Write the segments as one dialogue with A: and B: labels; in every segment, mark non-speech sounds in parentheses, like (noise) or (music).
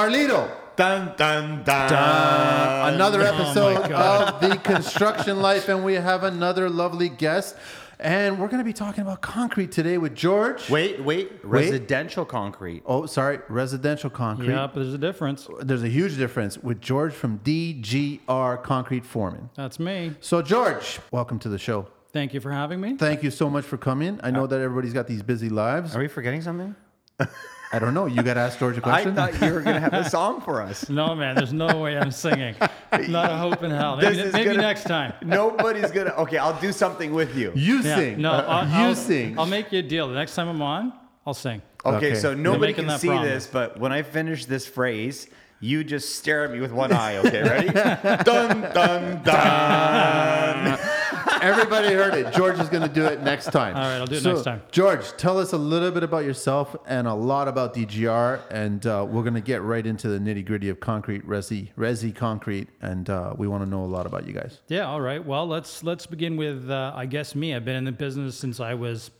A: Carlito.
B: Dun dun dun.
A: Dun. Another
C: Oh my
A: episode
C: God.
A: of The Construction Life, and we have another lovely guest. And we're going to be talking about concrete today with George.
B: Wait, wait. Residential concrete.
A: Oh, sorry, residential concrete.
C: Yeah, but there's a difference.
A: There's a huge difference with George from DGR Concrete Foreman.
C: That's me.
A: So, George, welcome to the show.
C: Thank you for having me.
A: Thank you so much for coming. I
C: Uh,
A: know that everybody's got these busy lives.
B: Are we forgetting something?
A: I don't know. You got to ask George a
B: I
A: question.
B: thought you were gonna have (laughs) a song for us.
C: (laughs) No, man, there's no way I'm singing. Not a hope in hell.
B: This
C: Maybe,
B: is
C: maybe
B: gonna-
C: next time.
B: Nobody's gonna. Okay, I'll do something with you.
A: you
C: Yeah,
A: sing. Uh,
C: No, I'll,
A: you
C: I'll-
A: sing.
C: I'll make you a deal. The next time I'm on, I'll sing.
B: Okay,
A: Okay.
B: so
A: They're
B: nobody
C: making
B: can
C: that
B: see
C: promise.
B: this, but when I finish this phrase, you just stare at me with one eye. Okay, (laughs) ready? dun dun dun.
A: Everybody heard it. George is going to do it next time. All
C: right, I'll do it next time.
A: George, tell us a little bit about yourself and a lot about DGR, and uh, we're going to get right into the nitty gritty of concrete, resi, resi concrete, and uh, we want to know a lot about you guys.
C: Yeah, all right. Well, let's let's begin with uh, I guess me. I've been in the business since I was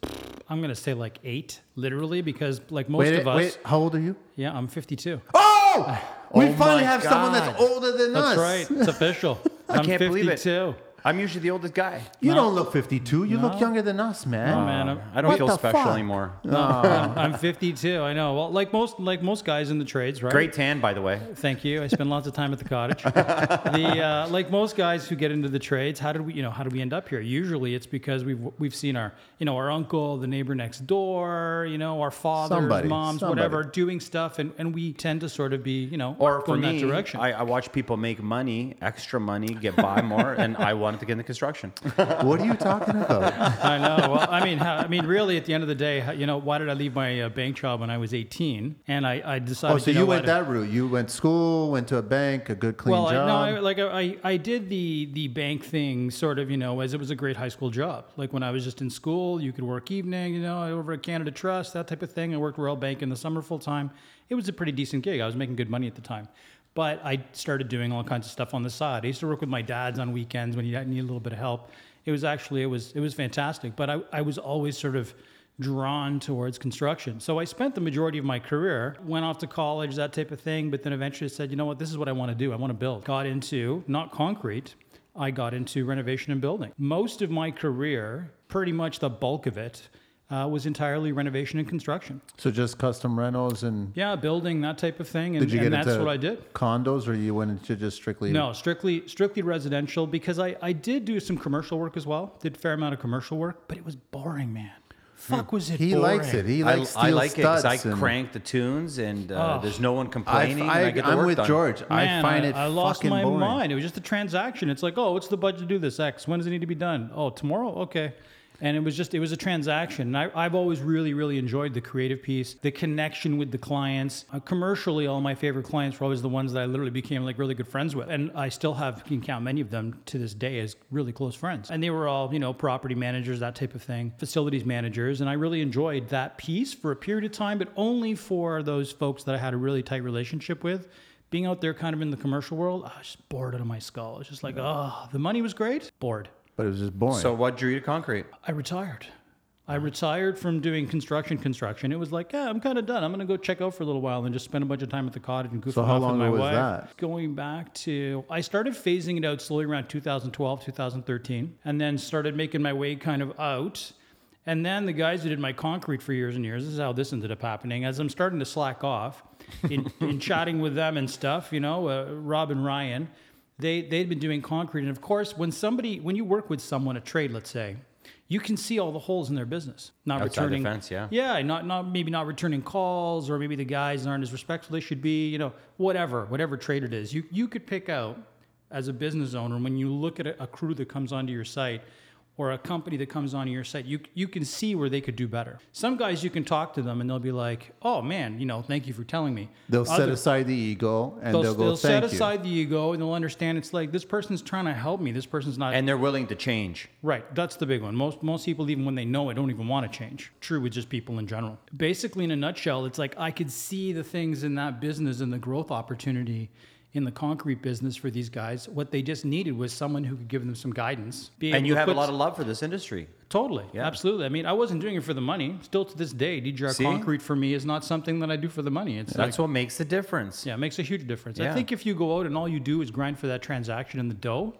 C: I'm going to say like 8, literally because like most
A: Wait,
C: of us.
A: wait, how old are you?
C: Yeah, I'm 52. (sighs)
A: Oh, we
B: Oh
A: finally
B: my
A: have someone that's
B: God.
A: older than us.
C: That's right. It's official. I am
B: can't
C: 52.
B: believe it. I'm usually the oldest guy.
A: You don't look 52. You look younger than us, man.
C: Oh, man, I'm,
B: I don't
A: What
B: feel
A: the
B: special
A: fuck?
B: anymore.
C: I'm, I'm 52. I know. Well, like most like most guys in the trades, right?
B: Great tan, by the way.
C: Thank you. I spend lots of time at the cottage. the uh, like most guys who get into the trades, how did we, you know, how did we end up here? Usually, it's because we've we've seen our, you know, our uncle, the neighbor next door, you know, our fathers,
A: Somebody,
C: moms,
A: somebody.
C: whatever, doing stuff, and, and we tend to sort of be, you know,
B: Or
C: go
B: for
C: in
B: me,
C: that direction.
B: I, I watch people make money, extra money, get by more, and I wanted to get into construction.
A: (laughs) What are you talking
C: (laughs)
A: about?
C: (laughs) I know. Well, I mean, how, I mean, really, at the end of the day, how- you know, why did I leave my uh, bank job when I was 18? And I, I decided.
A: Oh, so
C: know
A: you
C: what?
A: went that route. You went school, went to a bank, a good clean
C: well,
A: job.
C: I, no, I, like I, I did the the bank thing sort of, you know, as it was a great high school job. Like when I was just in school, you could work evening, you know, over at Canada Trust, that type of thing. I worked Royal Bank in the summer full time. It was a pretty decent gig. I was making good money at the time. But I started doing all kinds of stuff on the side. I used to work with my dads on weekends when you need a little bit of help. It was actually it was it was fantastic. But I, I was always sort of drawn towards construction. So I spent the majority of my career, went off to college, that type of thing, but then eventually said, you know what, this is what I want to do. I want to build. Got into not concrete, I got into renovation and building. Most of my career, pretty much the bulk of it, uh, was entirely renovation and construction.
A: so just custom rentals and
C: Yeah, building, that type of thing. And,
A: Did you
C: and
A: get
C: that's
A: into
C: what I did.
A: Condos, or you went into just strictly?
C: No, strictly strictly residential because I, I did do some commercial work as well. Did a fair amount of commercial work, but it was boring, man. Fuck was it
A: Hmm. He
C: boring.
A: likes it. He
B: I,
A: likes steel
B: I like it because I
A: studs and-
B: crank the tunes, and
C: Oh.
B: uh, there's no one
A: I,
B: complaining. and I
A: I,
B: get the
A: I'm
B: work
A: with
B: done.
A: George. I
C: Man,
A: find it
C: I lost
A: fucking
C: my
A: boring.
C: mind. It was just a transaction. It's like, oh, what's the budget to do this? X. When does it need to be done? Oh, tomorrow. Okay. And it was just, it was a transaction. And I, I've always really, really enjoyed the creative piece, the connection with the clients. Uh, commercially, all my favorite clients were always the ones that I literally became like really good friends with. And I still have, can count many of them to this day as really close friends. And they were all, you know, property managers, that type of thing, facilities managers. And I really enjoyed that piece for a period of time, but only for those folks that I had a really tight relationship with being out there kind of in the commercial world, I was just bored out of my skull. It's just like, oh, the money was great, bored.
A: But it was just boring.
B: So what drew you to concrete?
C: I retired. I retired from doing construction construction. It was like, yeah, I'm kind of done. I'm going to go check out for a little while and just spend a bunch of time at the cottage and goof
A: So
C: off
A: how
C: with
A: long
C: my
A: ago was
C: wife.
A: that?
C: Going back to, I started phasing it out slowly around 2012, 2013, and then started making my way kind of out. And then the guys who did my concrete for years and years, this is how this ended up happening. As I'm starting to slack off in, in chatting with them and stuff, you know, uh, Rob and Ryan, they, they'd been doing concrete. And of course, when somebody, when you work with someone, a trade, let's say, you can see all the holes in their business. Not
B: Outside the
C: returning.
B: fence, yeah.
C: Yeah, not not maybe not returning calls, or maybe the guys aren't as respectful they should be. You know, whatever, whatever trade it is, you you could pick out as a business owner when you look at a, a crew that comes onto your site or a company that comes onto your site, you you can see where they could do better. Some guys you can talk to them and they'll be like, "Oh man, you know, thank you for telling me."
A: they'll set
C: Other-
A: aside the ego and
C: they'll,
A: they'll, go.
C: they'll set
A: Thank you.
C: aside the ego and they'll understand it's like this person's trying to help me. This person's not
B: And they're willing to change.
C: Right, that's the big one. Most most people, even when they know it, don't even want to change. True with just people in general. Basically, in a nutshell, it's like I could see the things in that business and the growth opportunity in the concrete business for these guys. What they just needed was someone who could give them some guidance. be
B: And
C: able
B: you
C: to
B: have a
C: put-
B: lot of love for this industry.
C: Totally. Absolutely. I mean, I wasn't doing it for the money. Still to this day, DJR
B: See?
C: concrete for me is not something that I do for the money. It's like,
B: That's what makes the difference.
C: yeah, it makes a huge difference. I
B: Yeah.
C: think if you go out and all you do is grind for that transaction and the dough,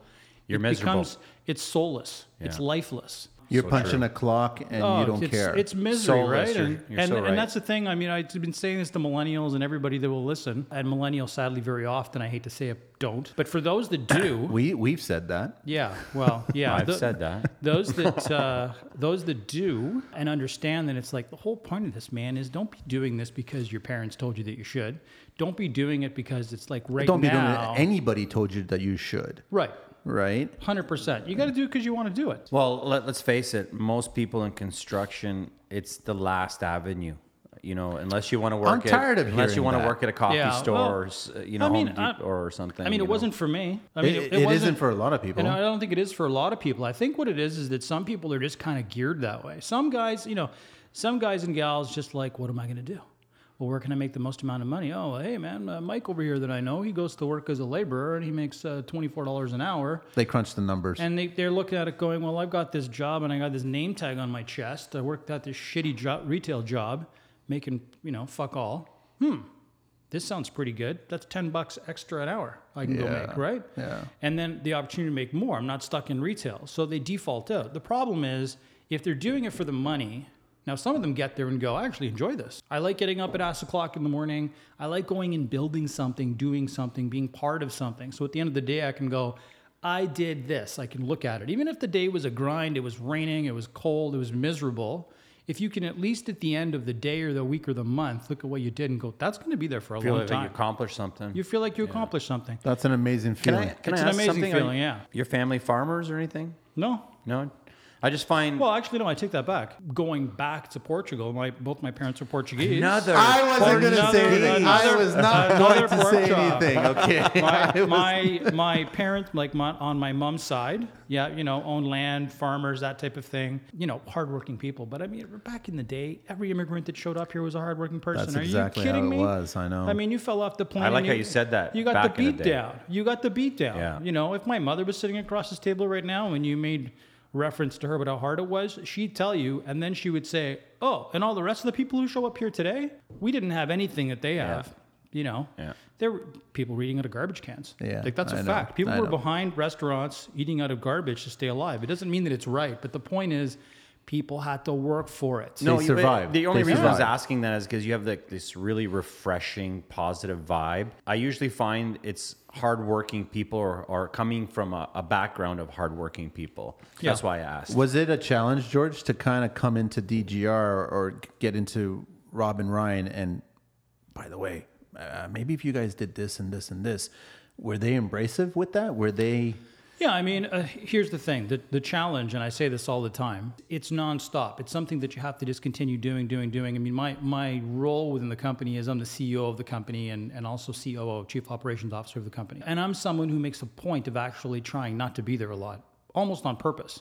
B: You're
C: it
B: miserable.
C: becomes it's soulless. It's
B: Yeah.
C: lifeless.
A: You're
B: So
A: punching
B: true.
A: a clock and
C: Oh,
A: you don't
C: it's,
A: care.
C: It's misery,
B: Soulless,
C: right?
B: you're-
C: And,
B: you're
C: and,
B: so
C: and
B: right.
C: that's the thing. I mean, I've been saying this to millennials and everybody that will listen. And millennials, sadly, very often, I hate to say it, don't. But for those that do, (coughs)
A: we we've said that.
C: yeah, well, yeah.
B: I've
C: the-
B: said that.
C: (laughs) those that uh, those that do and understand that it's like the whole point of this man is don't be doing this because your parents told you that you should. Don't be doing it because it's like right
A: Don't be doing
C: now.
A: it. Anybody told you that you should,
C: right,
A: right?
C: hundred percent. You got to do it because you want to do it.
B: Well, let, let's face it. Most people in construction, it's the last avenue. You know, unless you want to work.
A: I'm tired of
B: at, unless you
A: hearing
B: want
A: that.
B: to work at a coffee
C: Yeah,
B: store,
C: well,
B: or, s- you know,
C: I mean,
B: Home
C: I-
B: Depot or something.
C: I mean,
B: you
C: it
B: know?
C: wasn't for me. I mean,
A: It-
C: it,
A: it
C: wasn't
A: isn't for a lot of people.
C: And uh, I don't think it is for a lot of people. I think what it is is that some people are just kind of geared that way. Some guys, you know, some guys and gals just like, what am I going to do? Well, where can I make the most amount of money? Oh, well, hey man, uh, Mike over here that I know, he goes to work as a laborer and he makes uh, twenty four dollars an hour.
A: They crunch the numbers.
C: And they, they're looking at it going, well, I've got this job and I got this name tag on my chest. I worked at this shitty jo- retail job, making, you know, fuck all. Hmm. This sounds pretty good. That's 10 bucks extra an hour I can go
A: Yeah.
C: make, right?
A: Yeah.
C: And then the opportunity to make more. I'm not stuck in retail. So they default out. The problem is if they're doing it for the money, now some of them get there and go, I actually enjoy this. I like getting up at ass o'clock in the morning. I like going and building something, doing something, being part of something. So at the end of the day, I can go, I did this. I can look at it. Even if the day was a grind, it was raining, it was cold, it was miserable. If you can at least at the end of the day or the week or the month look at what you did and go, that's going to be there for a
B: feel
C: long
B: like you
C: time.
B: accomplished something.
C: You feel like you accomplished something.
A: That's an amazing feeling.
C: It's an amazing
B: Are
C: feeling,
B: you-
C: yeah.
B: Your family farmers or anything?
C: No,
B: No, I just find
C: Well, actually, no. I take that back. Going back to Portugal, my both my parents were Portuguese.
B: another. (laughs)
A: I wasn't going to
C: Another-
A: say anything. I
C: another-
A: was not
C: another
A: going to say
C: workshop.
A: anything. (laughs) Okay.
C: My
A: I was-
C: my, my parents, like my, on my mom's side, yeah, you know, own land, farmers, that type of thing. You know, hardworking people. But I mean, back in the day, every immigrant that showed up here was a hardworking person.
A: That's
C: Are
A: exactly
C: you
A: how
C: kidding
A: it
C: me?
A: was, I know.
C: I mean, you fell off the plane.
B: I like
C: and
B: how you said that,
C: You got
B: back
C: the
B: in
C: beat
B: the day.
C: down. You got the beat down.
B: Yeah.
C: You know, if my mother was sitting across this table right now and you made reference to her about how hard it was, she'd tell you, and then she would say, "Oh, and all the rest of the people who show up here today, we didn't have anything that they have." You know,
B: Yeah.
C: there were people eating out of garbage cans.
A: Yeah,
C: like that's a
A: I know,
C: fact. People
A: I
C: were
A: know.
C: behind restaurants eating out of garbage to stay alive. It doesn't mean that it's right, but the point is, people had to work for it.
B: No,
A: They
B: you- but
A: survived.
B: The only
A: They
B: reason I was
A: survived.
B: asking that is because you have like this really refreshing, positive vibe. I usually find it's hardworking people or, or coming from a, a background of hardworking people.
C: Yeah.
B: That's why I asked.
A: was it a challenge, George, to kind of come into DGR or get into Robin Ryan? And by the way, uh, maybe if you guys did this and this and this, were they embracive with that? Were they?
C: Yeah, I mean, uh, here's the thing: the, the challenge, and I say this all the time, it's nonstop. It's something that you have to just continue doing, doing, doing. I mean, my my role within the company is I'm the CEO of the company and and also COO, Chief Operations Officer of the company, and I'm someone who makes a point of actually trying not to be there a lot, almost on purpose.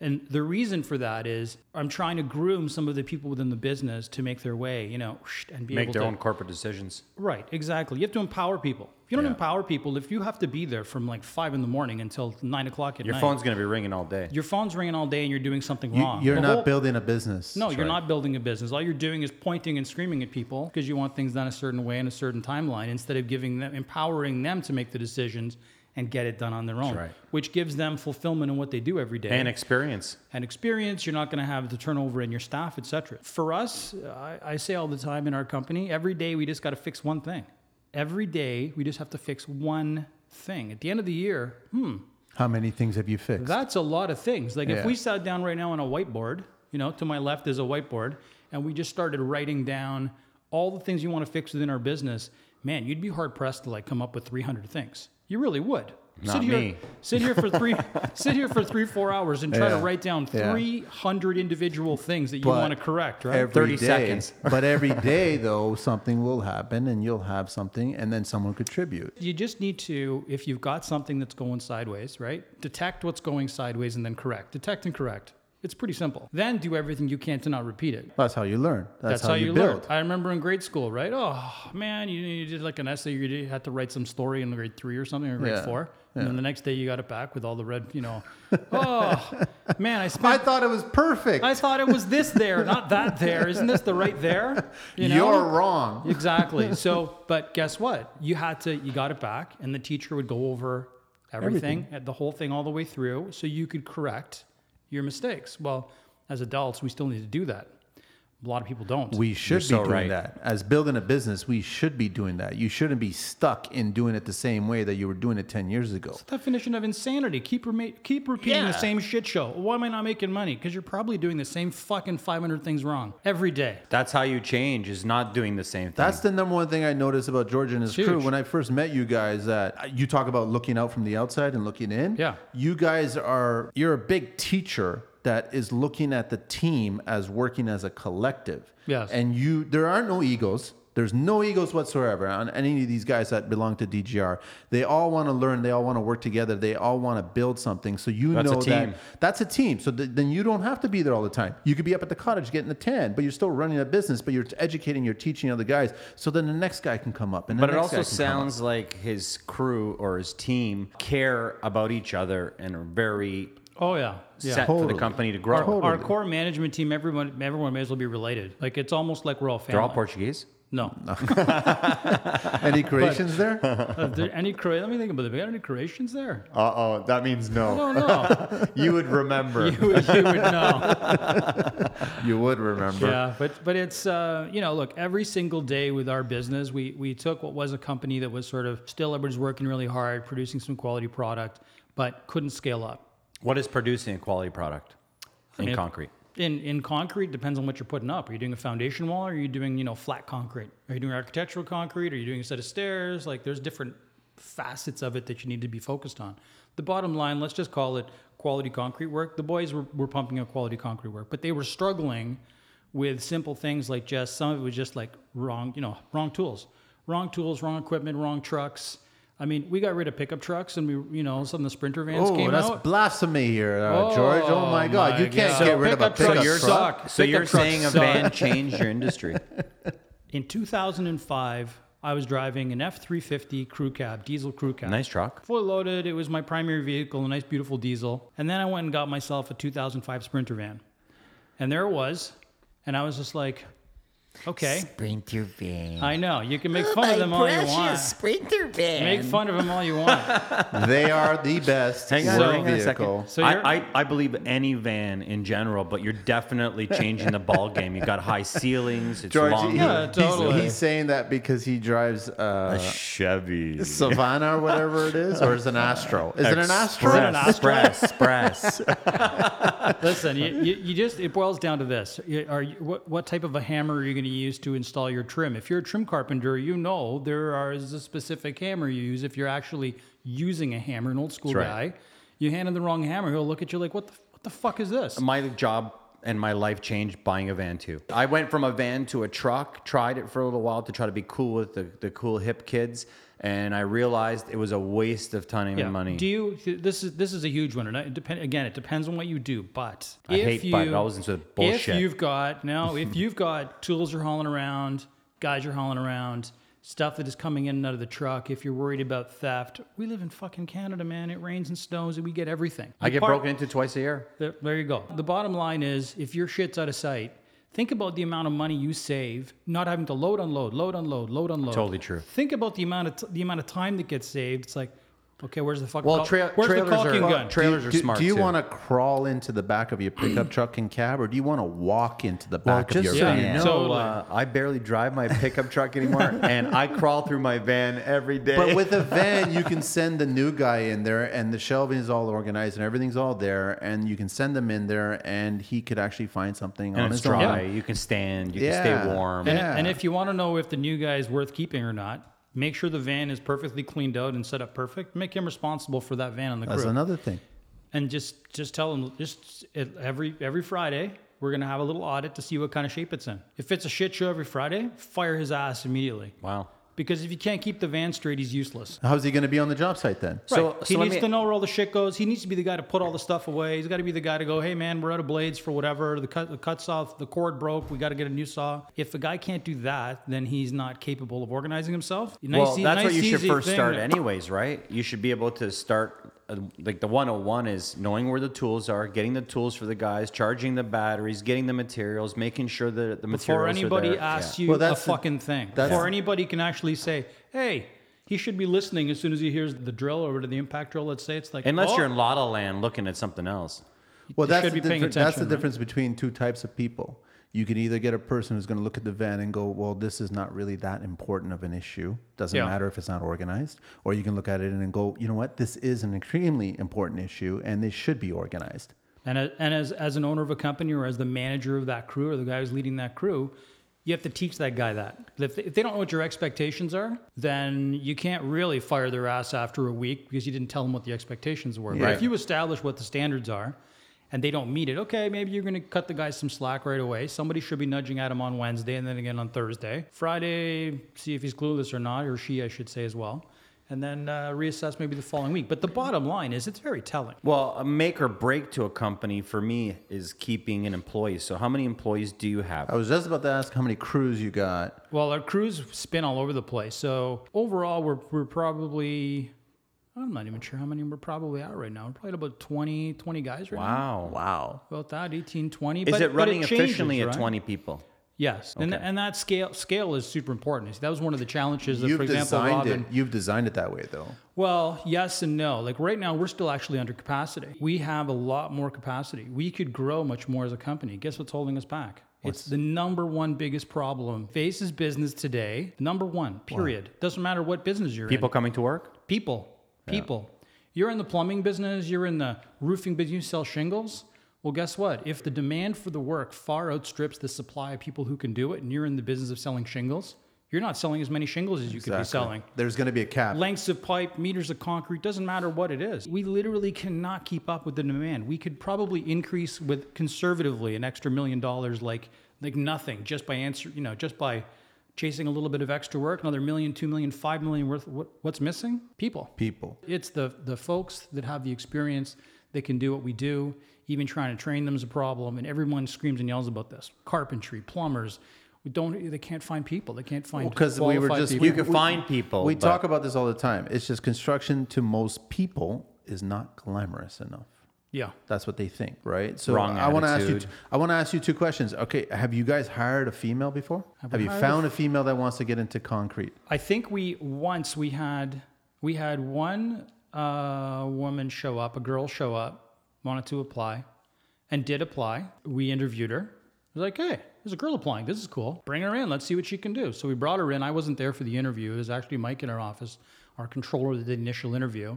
C: And the reason for that is I'm trying to groom some of the people within the business to make their way, you know, and be
B: Make
C: able
B: their
C: to
B: own corporate decisions.
C: Right, exactly. You have to empower people. If you don't empower people, if you have to be there from like five in the morning until nine o'clock at
B: Your
C: night,
B: phone's going to be ringing all day.
C: your phone's ringing all day and you're doing something
A: You,
C: wrong.
A: you're
C: The
A: not
C: whole-
A: building a business.
C: No, you're
B: right.
C: not building a business. All you're doing is pointing and screaming at people because you want things done a certain way in a certain timeline instead of giving them, empowering them to make the decisions and get it done on their own,
B: right.
C: which gives them fulfillment in what they do every day
B: And experience.
C: and experience. You're not going to have the turnover in your staff, et cetera. For us, I, I say all the time in our company, every day we just got to fix one thing. Every day we just have to fix one thing. At the end of the year, hmm,
A: How many things have you fixed?
C: that's a lot of things. Like if
A: Yeah.
C: we sat down right now on a whiteboard, you know, to my left is a whiteboard, and we just started writing down all the things you want to fix within our business, man, you'd be hard pressed to like come up with 300 things. You really would.
B: Not
C: sit here,
B: me.
C: (laughs) sit here for three, sit here for three, four hours and try to
A: Yeah.
C: write down
A: Yeah.
C: 300 individual things that you
A: But
C: want to correct, right?
A: Every
B: 30
A: day.
C: (laughs)
B: seconds.
A: but every day, though, something will happen, and you'll have something, and then someone contribute.
C: you just need to if you've got something that's going sideways right detect what's going sideways and then correct detect and correct It's pretty simple. Then do everything you can to not repeat it.
A: That's how you learn. That's, how, you,
C: learn.
A: build.
C: I remember in grade school, right? Oh man, you, you did like an essay. You did- had to write some story in grade three or something, or grade
A: Yeah.
C: four. And then the next day, you got it back with all the red. You know,
A: (laughs)
C: oh man, I
A: I
C: spent.
A: thought it was perfect.
C: I thought it was this there, not that there. Isn't this the right there?
A: (laughs)
C: You know?
A: You're wrong. (laughs)
C: exactly. So, but guess what? You had to, you got it back, and the teacher would go over everything, at the whole thing all the way through, so you could correct your mistakes. Well, as adults, we still need to do that. A lot of people don't.
A: We should be
B: so
A: doing
B: right.
A: that. As building a business, we should be doing that. You shouldn't be stuck in doing it the same way that you were doing it 10 years ago.
C: Definition of insanity. Keep rema- keep repeating
B: Yeah.
C: the same shit show. Why am I not making money? Because you're probably doing the same fucking 500 things wrong every day.
B: That's how you change is not doing the same thing.
A: That's the number one thing I noticed about George and his
C: Huge.
A: crew. When I first met you guys, that you talk about looking out from the outside and looking in.
C: Yeah.
A: You guys are, you're a big teacher that is looking at the team as working as a collective.
C: Yes.
A: And you, there are no egos. There's no egos whatsoever on any of these guys that belong to DGR. They all want to learn. They all want to work together. They all want to build something. So you
B: That's a
A: know
B: team.
A: that that's a team. So th- then you don't have to be there all the time. You could be up at the cottage getting a tan, but you're still running a business, but you're educating, you're teaching other guys. So then the next guy can come up. And the
B: but it
A: next guy
B: also
A: can come up.
B: sounds like his crew or his team care about each other and are very
C: Oh yeah. Yeah.
B: set for
A: Totally.
B: the company to grow.
A: Totally.
C: Our core management team, everyone, everyone may as well be related. Like it's almost like we're all family.
B: They're all Portuguese. (laughs)
C: no,
A: (laughs) any creations there?
C: Are Uh, there any Cro- Let me think about it. Are there any Croatians there?
B: Uh oh, that means
C: I
B: no.
C: don't
B: (laughs)
C: know.
B: you would remember.
C: you, would- you would know.
A: (laughs) You would remember.
C: Yeah, but but it's uh, you know, look, every single day with our business, we we took what was a company that was sort of still everyone's working really hard, producing some quality product, but couldn't scale up.
B: (laughs) what is producing a quality product in
C: mean-
B: concrete?
C: In in concrete depends on what you're putting up. Are you doing a foundation wall? Or are you doing you know flat concrete? Are you doing architectural concrete? Are you doing a set of stairs? Like there's different facets of it that you need to be focused on. The bottom line, let's just call it quality concrete work. The boys were, were pumping out quality concrete work, but they were struggling with simple things like just some of it was just like wrong you know wrong tools, wrong tools, wrong equipment, wrong trucks. I mean, we got rid of pickup trucks and we, you know, some of the sprinter vans
A: Oh,
C: came
A: that's
C: out.
A: blasphemy here, uh, George. Oh my God, you can't
C: God.
A: get rid of a
C: Pickup trucks
A: pickup
B: you're
A: truck.
C: suck.
B: so
C: Pickup
B: you're
C: trucks
B: saying a
C: suck.
B: van changed your industry?
C: In 2005, I was driving an F350 crew cab, diesel crew cab.
B: nice truck.
C: Fully loaded, it was my primary vehicle, a nice, beautiful diesel. And then I went and got myself a 2005 Sprinter van. And there it was. And I was just like, okay,
D: Sprinter van.
C: I know. You can make fun of them all you want.
D: Oh, Sprinter van.
C: Make fun of them all you want.
A: (laughs) They are the best.
B: Hang on,
A: road
B: hang on a second.
A: vehicle.
C: So you're-
B: I, I, I believe any van in general, but you're definitely changing the ball game. You've got high ceilings. It's
A: George,
B: long.
A: he-
C: Yeah,
A: he's-
C: totally.
A: he's, saying that because he drives (laughs) uh,
B: Chevy.
A: Savannah or whatever it is, or is it an Astro? Is it an Astro?
C: Express.
B: Express, express.
C: Listen, you, you, you just it boils down to this: You- are you, what what type of a hammer are you going to use to install your trim? If you're a trim carpenter, you know there are is a specific hammer you use. If you're actually using a hammer, an old school
B: That's right.
C: guy, you hand him the wrong hammer, he'll look at you like, "What the what the fuck is this?"
B: my job and my life changed buying a van too. I went from a van to a truck, tried it for a little while to try to be cool with the, the cool hip kids, and I realized it was a waste of time and money.
C: Do you? This is this is a huge one, and it depend again. It depends on what you do, but
B: I hate but. It always ends with bullshit.
C: If you've
B: (laughs)
C: got no, if you've got tools you're hauling around, guys you're hauling around, stuff that is coming in and out of the truck. If you're worried about theft, we live in fucking Canada, man. It rains and snows, and we get everything.
B: I
C: You
B: get
C: park-
B: broken into twice a year.
C: There, there you go. The bottom line is, if your shit's out of sight. Think about the amount of money you save not having to load, unload, load, unload, load, unload.
B: Totally true.
C: Think about the amount of t- the amount of time that gets saved. It's like, okay, where's the fucking
B: Well,
C: caul-
B: tra-
C: where's the
B: trailers are-
C: caulking gun?
B: Trailers
A: do,
B: are
A: do-
B: smart,
A: Do you
B: too.
A: want to crawl into the back of your
B: (clears throat)
A: pickup truck and cab, or do you want to walk into the back of your
C: so
A: van?
C: you know, Totally.
B: uh, I barely drive my pickup truck
C: (laughs)
B: anymore, and I crawl through my van every day.
A: (laughs) But with a van, you can send the new guy in there, and the shelving is all organized, and everything's all there, and you can send them in there, and he could actually find something on
B: and it's
A: his own.
B: dry. You can stand. You can
A: Yeah.
B: stay warm.
A: Yeah.
C: And if you want to know if the new guy is worth keeping or not, make sure the van is perfectly cleaned out and set up perfect. Make him responsible for that van on the
A: That's
C: crew,
A: another thing.
C: and just just tell him just at- every every Friday we're gonna have a little audit to see what kind of shape it's in. If it's a shit show every Friday, fire his ass immediately.
B: Wow.
C: Because if you can't keep the van straight, he's useless.
A: How's he going to be on the job site then?
B: So-
C: Right. he
B: so let
C: needs
B: me-
C: to know where all the shit goes. He needs to be the guy to put all the stuff away. He's got to be the guy to go, hey man, we're out of blades for whatever. The cut the cuts off, the cord broke. We got to get a new saw. If the guy can't do that, then he's not capable of organizing himself. Nice
B: well,
C: e-
B: that's
C: nice
B: what you should
C: easy
B: first
C: thing
B: start,
C: to-
B: anyways, right? You should be able to start. uh, Like the 101 is knowing where the tools are, getting the tools for the guys, charging the batteries, getting the materials, making sure that the materials
C: Before
B: are
C: anybody
B: there.
C: asks
B: Yeah.
C: you
A: Well,
C: a
A: that's the-
C: fucking thing.
A: that's-
C: Before anybody can actually say, hey. He should be listening as soon as he hears the drill or the impact drill. Let's say it's like
B: Unless
C: "Oh,
B: you're in La La Land looking at something else.
A: Well, that's
C: should
A: the,
C: be paying
A: differ- that's the
C: attention, right?
A: difference between two types of people. You can either get a person who's going to look at the van and go, "Well, this is not really that important of an issue. Doesn't
C: Yeah.
A: matter if it's not organized," or you can look at it and go, "You know what? This is an extremely important issue, and this should be organized."
C: And, a, and as, as an owner of a company or as the manager of that crew or the guy who's leading that crew, you have to teach that guy that. If they, if they don't know what your expectations are, then you can't really fire their ass after a week because you didn't tell them what the expectations were. But if
A: Right.
C: you establish what the standards are and they don't meet it, okay, maybe you're going to cut the guy some slack right away. Somebody should be nudging at him on Wednesday and then again on Thursday. Friday, see if he's clueless or not, or she, I should say, as well. And then uh, reassess maybe the following week. But the bottom line is it's very telling.
B: Well, a make or break to a company for me is keeping an employee. So, how many employees do you have?
A: I was just about to ask how many crews you got.
C: Well, our crews spin all over the place. So overall, we're, we're probably, I'm not even sure how many we're probably at right now. We're probably at about 20, 20 guys right now.
B: Wow.
A: Wow.
C: About that, 18, 20.
B: Is
C: but,
B: it
C: but
B: running
C: changes,
B: efficiently at
C: right?
B: 20 people?
C: Yes. And, and that scale scale is super important. That was one of the challenges that,
A: You've
C: for example,
A: designed
C: Robin.
A: it. You've designed it that way, though.
C: Well, yes and no. Like right now, we're still actually under capacity. We have a lot more capacity. We could grow much more as a company. Guess what's holding us back? It's the number one biggest problem faces business today. Number one, period. Doesn't matter what business you're
B: People coming to work?
C: in. People, people. You're in the plumbing business. You're in the roofing business. You sell shingles. Well, guess what? If the demand for the work far outstrips the supply of people who can do it, and you're in the business of selling shingles, you're not selling as many shingles as you could be selling
A: There's going to be a cap.
C: lengths of pipe, meters of concrete, doesn't matter what it is. We literally cannot keep up with the demand. We could probably increase with conservatively an extra million dollars like like nothing just by answer, you know, just by chasing a little bit of extra work, another million, two million, five million worth. What, what's missing? People.
A: people.
C: It's the the folks that have the experience that can do what we do. Even trying to train them is a problem, and everyone screams and yells about this. Carpentry, plumbers, we don't. They can't find people. They can't find
A: because we were
C: qualified
A: just
C: people.
B: You can find people,
A: We
B: but-
A: talk about this all the time. It's just construction to most people is not glamorous enough.
C: yeah.
A: That's what they think, right? So
B: Wrong
A: I want to ask you.
B: attitude.
A: I want to ask you two questions. Okay, have you guys hired a female before? Have, you
C: hired a
A: found a female that wants to get into concrete?
C: I think we once we had we had one uh, woman show up, a girl show up, wanted to apply, and did apply. We interviewed her. I was like, hey, there's a girl applying. This is cool. Bring her in. Let's see what she can do. So we brought her in. I wasn't there for the interview. It was actually Mike in our office, our controller that did the initial interview,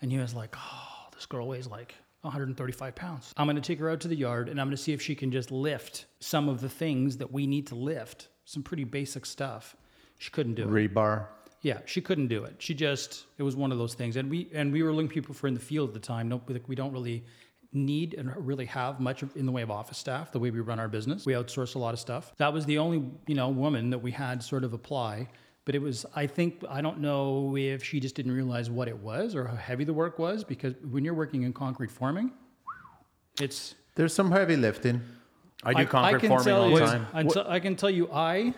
C: and he was like, oh, this girl weighs like 135 pounds. I'm going to take her out to the yard and I'm going to see if she can just lift some of the things that we need to lift. Some pretty basic stuff. She couldn't do it.
A: Rebar.
C: Yeah, she couldn't do it. She just it was one of those things, and we and we were looking people for in the field at the time. No, like we don't really need and really have much of- in the way of office staff. The way we run our business, we outsource a lot of stuff. That was the only you know woman that we had sort of apply. But it was, I think, I don't know if she just didn't realize what it was or how heavy the work was, because when you're working in concrete forming, it's
A: There's some heavy lifting.
B: I do concrete
C: can
B: forming
C: tell
B: all
C: you-
B: the time.
C: I, tell- I can tell you, I,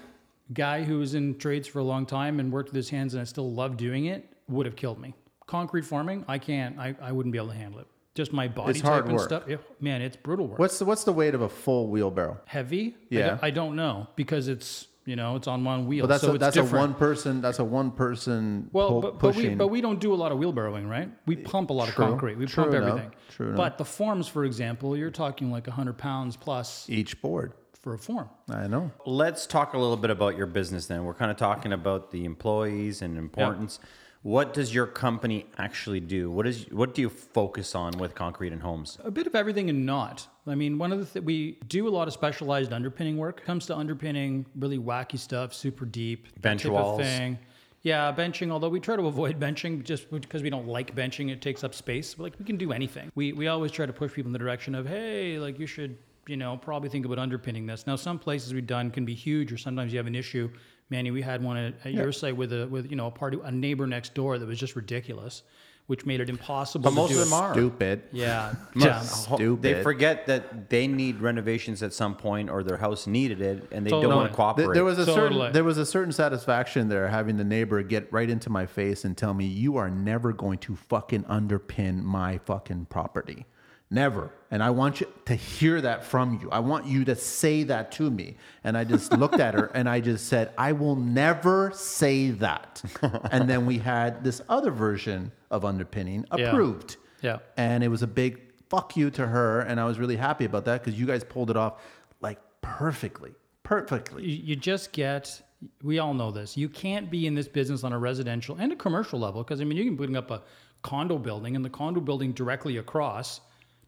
C: guy who was in trades for a long time and worked with his hands and I still love doing it, would have killed me. Concrete forming, I can't, I, I wouldn't be able to handle it. Just my body
A: It's
C: type
A: hard
C: and
A: work.
C: stuff. Yeah, man, it's brutal work.
A: What's the, what's the weight of a full wheelbarrow?
C: Heavy? I
A: Yeah.
C: don't- I, don't know because it's, you know, it's on one wheel.
A: But that's
C: so
A: a,
C: it's
A: that's a
C: different.
A: one person. That's a one person.
C: Well,
A: pull-
C: but, but
A: pushing. Eh,
C: we but we don't do a lot of wheelbarrowing, right? We pump a lot
A: True.
C: of concrete. We
A: True
C: pump
A: enough.
C: everything.
A: True enough.
C: But the forms, for example, you're talking like 100 pounds plus
A: each board.
C: for a form.
A: I know.
B: Let's talk a little bit about your business then. We're kind of talking about the employees and importance. What does your company actually do? What is what do you focus on with concrete and homes?
C: a bit of everything and not. I mean, one of the th- we do a lot of specialized underpinning work. Comes to underpinning, really wacky stuff, super deep that
B: Bench
C: type of
B: walls.
C: thing. Yeah, benching. Although we try to avoid (laughs) benching just because we don't like benching, it takes up space. But like we can do anything. We we always try to push people in the direction of hey, like you should you know probably think about underpinning this. Now some places we've done can be huge, or sometimes you have an issue Manny, we had one at, at your site with a with you know a party a neighbor next door that was just ridiculous, which made it impossible.
B: But
C: to
B: most
C: do
B: of them
C: it.
B: are.
A: Stupid.
C: Yeah,
B: Yeah,
C: yeah.
B: ho- They
A: Stupid.
B: forget that they need renovations at some point, or their house needed it, and they
C: Totally.
B: don't want to
C: Th-
B: cooperate.
A: Th- There was a
C: Totally.
A: certain there was a certain satisfaction there having the neighbor get right into my face and tell me you are never going to fucking underpin my fucking property. Never. And I want you to hear that from you. I want you to say that to me. And I just looked at her and I just said, I will never say
C: (laughs)
A: that. and then we had this other version of underpinning
C: Yeah.
A: approved.
C: Yeah.
A: And it was a big fuck you to her. And I was really happy about that because you guys pulled it off like perfectly. Perfectly.
C: you, you just get we all know this you can't be in this business on a residential and a commercial level because i mean you can bring up a condo building and the condo building directly across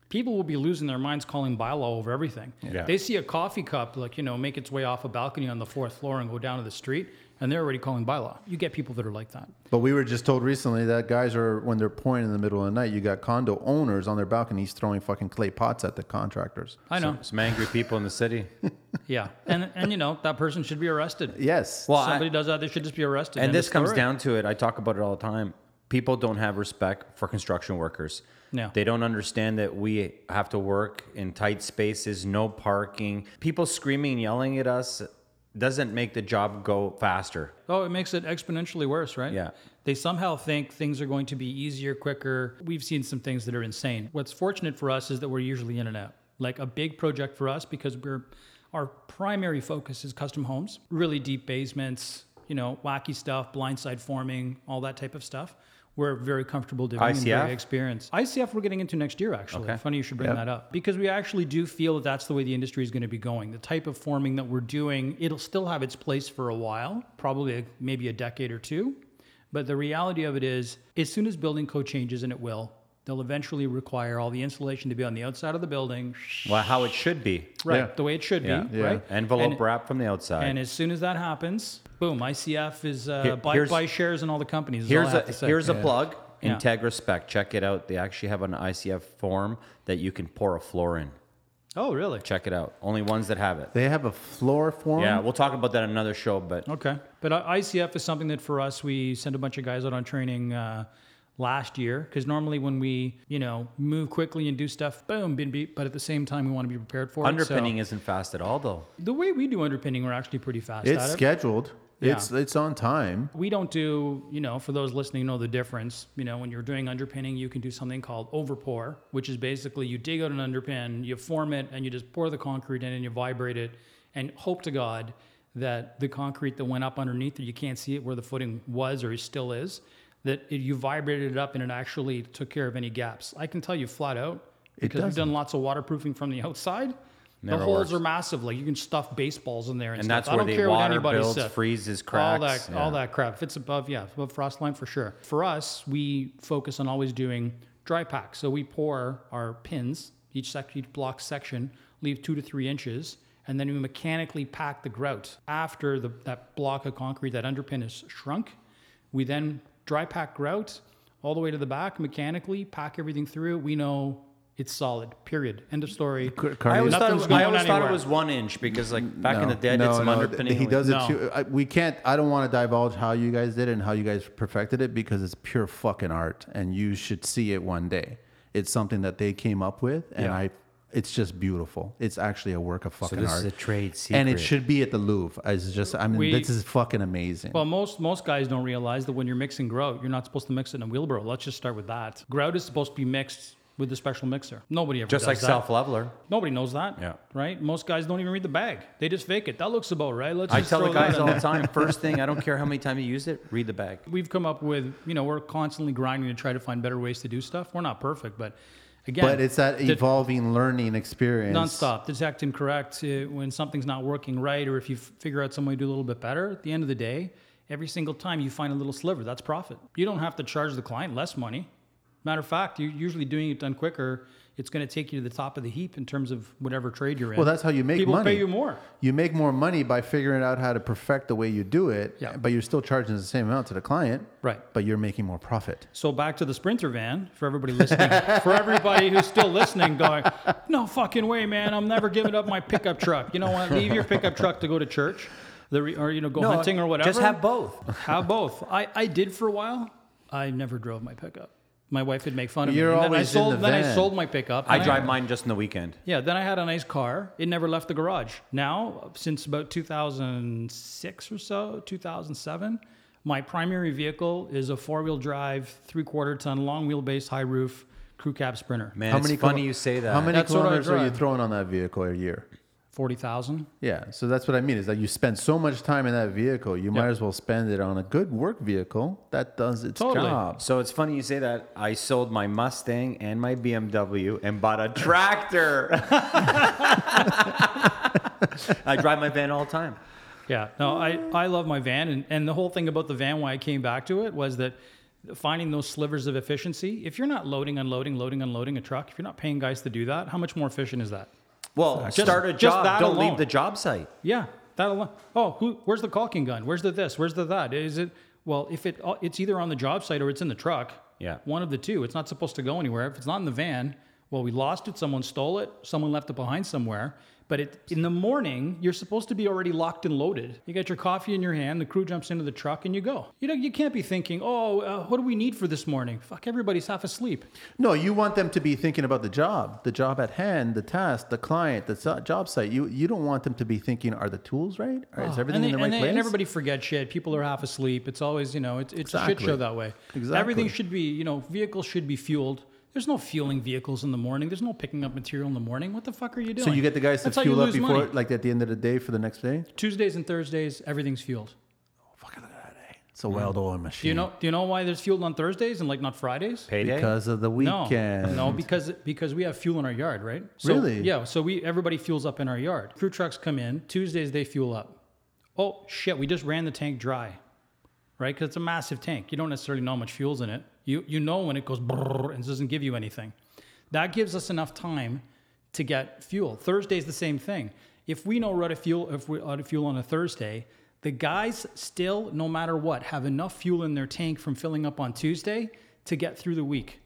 C: people will be losing their minds calling bylaw over everything
B: Yeah.
C: they see a coffee cup like you know make its way off a balcony on the fourth floor and go down to the street and they're already calling bylaw you get people that are like that
A: But we were just told recently that guys are when they're pouring in the middle of the night. You got condo owners on their balconies throwing fucking clay pots at the contractors.
C: i know
B: some angry people in the city.
C: yeah and and you know that person should be arrested
A: Yes.
B: Well, I-
C: somebody does that they should just be arrested
B: and
C: End of
B: this comes
C: story.
B: down to it. I talk about it all the time. People don't have respect for construction workers.
C: No.
B: They don't understand that we have to work in tight spaces, no parking. People screaming and yelling at us doesn't make the job go faster.
C: Oh, it makes it exponentially worse, right?
B: Yeah.
C: They somehow think things are going to be easier, quicker. We've seen some things that are insane. What's fortunate for us is that we're usually in and out. Like a big project for us because we're our primary focus is custom homes, really deep basements, you know, wacky stuff, blindside forming, all that type of stuff. We're very comfortable doing and very
B: ICF?
C: experienced. ICF we're getting into next year actually. Funny you should bring that up Uh, because we actually do feel that that's the way the industry is going to be going. The type of forming that we're doing, it'll still have its place for a while, probably uh, maybe a decade or two. But the reality of it is, as soon as building code changes, and it will, they'll eventually require all the insulation to be on the outside of the building,
B: Well, how it should be.
C: right,
A: Yeah.
C: the way it should
B: Yeah.
C: be,
A: Yeah.
C: right?
B: Envelope
C: And-
B: wrap from the outside.
C: And as soon as that happens, boom, ICF is uh,
B: Here-
C: buy,
B: here's-
C: buy shares in all the companies. is all I
B: Here's
C: have
B: a
C: to say.
B: here's a plug.
C: Yeah.
B: Integra Spec. Check it out. They actually have an ICF form that you can pour a floor in.
C: oh, really?
B: Check it out. Only ones that have it.
A: they have a floor form.
B: Yeah, we'll talk about that in another show, but
C: Okay. But uh, ICF is something that for us, we send a bunch of guys out on training uh, last year because normally when we, you know, move quickly and do stuff, boom, bin beat. But at the same time, we want to be prepared for
B: underpinning
C: it.
B: isn't fast at all though.
C: So the way we do underpinning, we're actually pretty fast
A: It's
C: at it.
A: scheduled. It's it's on time.
C: we don't do, you know, for those listening know the difference. You know, when you're doing underpinning, you can do something called overpour, which is basically you dig out an underpin, you form it, and you just pour the concrete in and you vibrate it and hope to God that the concrete that went up underneath it, you can't see it where the footing was or still is, that it, you vibrated it up and it actually took care of any gaps. I can tell you flat out, because we've done lots of waterproofing from the outside. the
B: Never
C: holes
B: works.
C: are massive. Like you can stuff baseballs in there, and,
B: And
C: stuff.
B: that's
C: I
B: where
C: don't
B: the
C: care what
B: water
C: anybody
B: builds,
C: says.
B: freezes,
C: All
B: cracks,
C: that, all
B: yeah.
C: that crap. If it's above, yeah, above frost line for sure. For us, we focus on always doing dry pack. So we pour our pins each sec- each block section, leave two to three inches, and then we mechanically pack the grout after the, that block of concrete that underpin is shrunk. We then dry pack grout all the way to the back mechanically, pack everything through. We know it's solid. Period. End of story.
B: I always, thought it
C: Nothing's
B: was, I
C: going
B: always thought
C: anywhere.
B: it was one inch because like back in the
A: Mm, No,
B: day, I did
A: no,
B: some
A: no,
B: underpinning.
A: He
B: with-
A: does
C: No.
A: it too. I, we can't. I don't want to divulge how you guys did it and how you guys perfected it because it's pure fucking art, and you should see it one day. It's something that they came up with, and
C: Yeah.
A: I. It's just beautiful. It's actually a work of fucking
B: this
A: art.
B: is a trade
A: and it
B: secret.
A: should be at the Louvre. It's just. I mean,
C: We-
A: this is fucking amazing.
C: Well, most most guys don't realize that when you're mixing grout, you're not supposed to mix it in a wheelbarrow. Let's just start with that. Grout is supposed to be mixed with a special mixer. Nobody ever
B: just
C: does
B: like
C: that.
B: self leveler.
C: Nobody knows that.
B: Yeah.
C: Right. Most guys don't even read the bag. They just fake it. That looks about right. Let's.
B: I
C: just
B: tell the
C: throw that
B: guys
C: in
B: all
C: there."
B: the (laughs) time. First thing, I don't care how many times you use it, read the bag.
C: We've come up with you know we're constantly grinding to try to find better ways to do stuff. We're not perfect, but again,
A: but it's that
C: the-
A: evolving learning experience.
C: nonstop detect and correct uh, when something's not working right or if you f- figure out some way to do a little bit better at the end of the day every single time you find a little sliver that's profit you don't have to charge the client less money matter of fact you're usually doing it done quicker it's going to take you to the top of the heap in terms of whatever trade you're in
A: Well, that's how you make
C: people
A: money.
C: pay you more
A: You make more money by figuring out how to perfect the way you do it,
C: Yeah.
A: but you're still charging the same amount to the client,
C: Right.
A: But you're making more profit.
C: so back to the sprinter van for everybody listening (laughs) for everybody who's still listening going no fucking way man i'm never giving up my pickup truck you know what leave your pickup truck to go to church The re, or you know go
B: No,
C: hunting or whatever.
B: Just have both.
C: Have both. I, I did for a while. I never drove my pickup. My wife would make fun of
A: You're
C: me. And then I
A: always in
C: sold
A: the
C: then I
A: van.
C: sold my pickup.
B: I
C: and
B: drive mine just in the weekend.
C: Yeah, then I had a nice car. It never left the garage. Now, since about 2006 or so, 2007, my primary vehicle is a four-wheel drive, three-quarter ton, long wheelbase, high roof, crew cab sprinter.
B: Man,
A: How
B: it's
A: many
B: funny
A: kilo-
B: you say that.
A: How many
C: That's what I
A: kilometers are you
C: drive.
A: throwing on that vehicle a year?
C: Forty thousand.
A: Yeah, so that's what I mean is that you spend so much time in that vehicle, you might as well spend it on a good work vehicle that does its
C: Totally.
A: job.
B: So it's funny you say that. I sold my Mustang and my BMW and bought a tractor. (laughs) I drive my van all the time.
C: Yeah, no, I, I love my van. And, and the whole thing about the van, why I came back to it, was that finding those slivers of efficiency, if you're not loading, unloading, loading, unloading a truck, if you're not paying guys to do that, how much more efficient is that?
B: Well, start a
C: just
B: job.
C: that
B: Don't
C: alone.
B: leave the job site.
C: Yeah, that alone. Oh, who, where's the caulking gun? Where's the this? Where's the that? Is it, well, if it uh, it's either on the job site or it's in the truck,
B: Yeah.
C: one of the two, it's not supposed to go anywhere. If it's not in the van, well, we lost it, someone stole it, someone left it behind somewhere. But it, in the morning, you're supposed to be already locked and loaded. You got your coffee in your hand, the crew jumps into the truck, and you go. You know, you can't be thinking, oh, uh, what do we need for this morning? Fuck, everybody's half asleep.
A: No, you want them to be thinking about the job, the job at hand, the task, the client, the so- job site. You you don't want them to be thinking, are the tools right? Are- Is everything in
C: Oh, and they-
A: the right
C: and they-
A: place?
C: And everybody forgets shit. People are half asleep. It's always, you know, it's, it's a shit
A: Exactly.
C: show that way.
A: Exactly.
C: Everything should be, you know, vehicles should be fueled. There's no fueling vehicles in the morning. There's no picking up material in the morning. What the fuck are you doing?
A: so you get the guys to
C: That's how you
A: fuel up
C: lose
A: before,
C: money.
A: like at the end of the day for the next day.
C: Tuesdays and Thursdays, everything's fueled. Oh,
A: It's a well-oiled machine. eh?
C: Do you know? Do you know why there's fueled on Thursdays and like not Fridays?
B: Payday.
A: because of the
C: no,
A: weekend.
C: no, because because we have fuel in our yard, right? So,
A: Really?
C: Yeah. So we everybody fuels up in our yard. Crew trucks come in Tuesdays. They fuel up. Oh shit! We just ran the tank dry, right? Because it's a massive tank. You don't necessarily know how much fuel's in it. You you know when it goes brrr and doesn't give you anything. That gives us enough time to get fuel. Thursday's the same thing. If we know we're out of fuel, if we're out of fuel on a Thursday, the guys still, no matter what, have enough fuel in their tank from filling up on Tuesday to get through the week.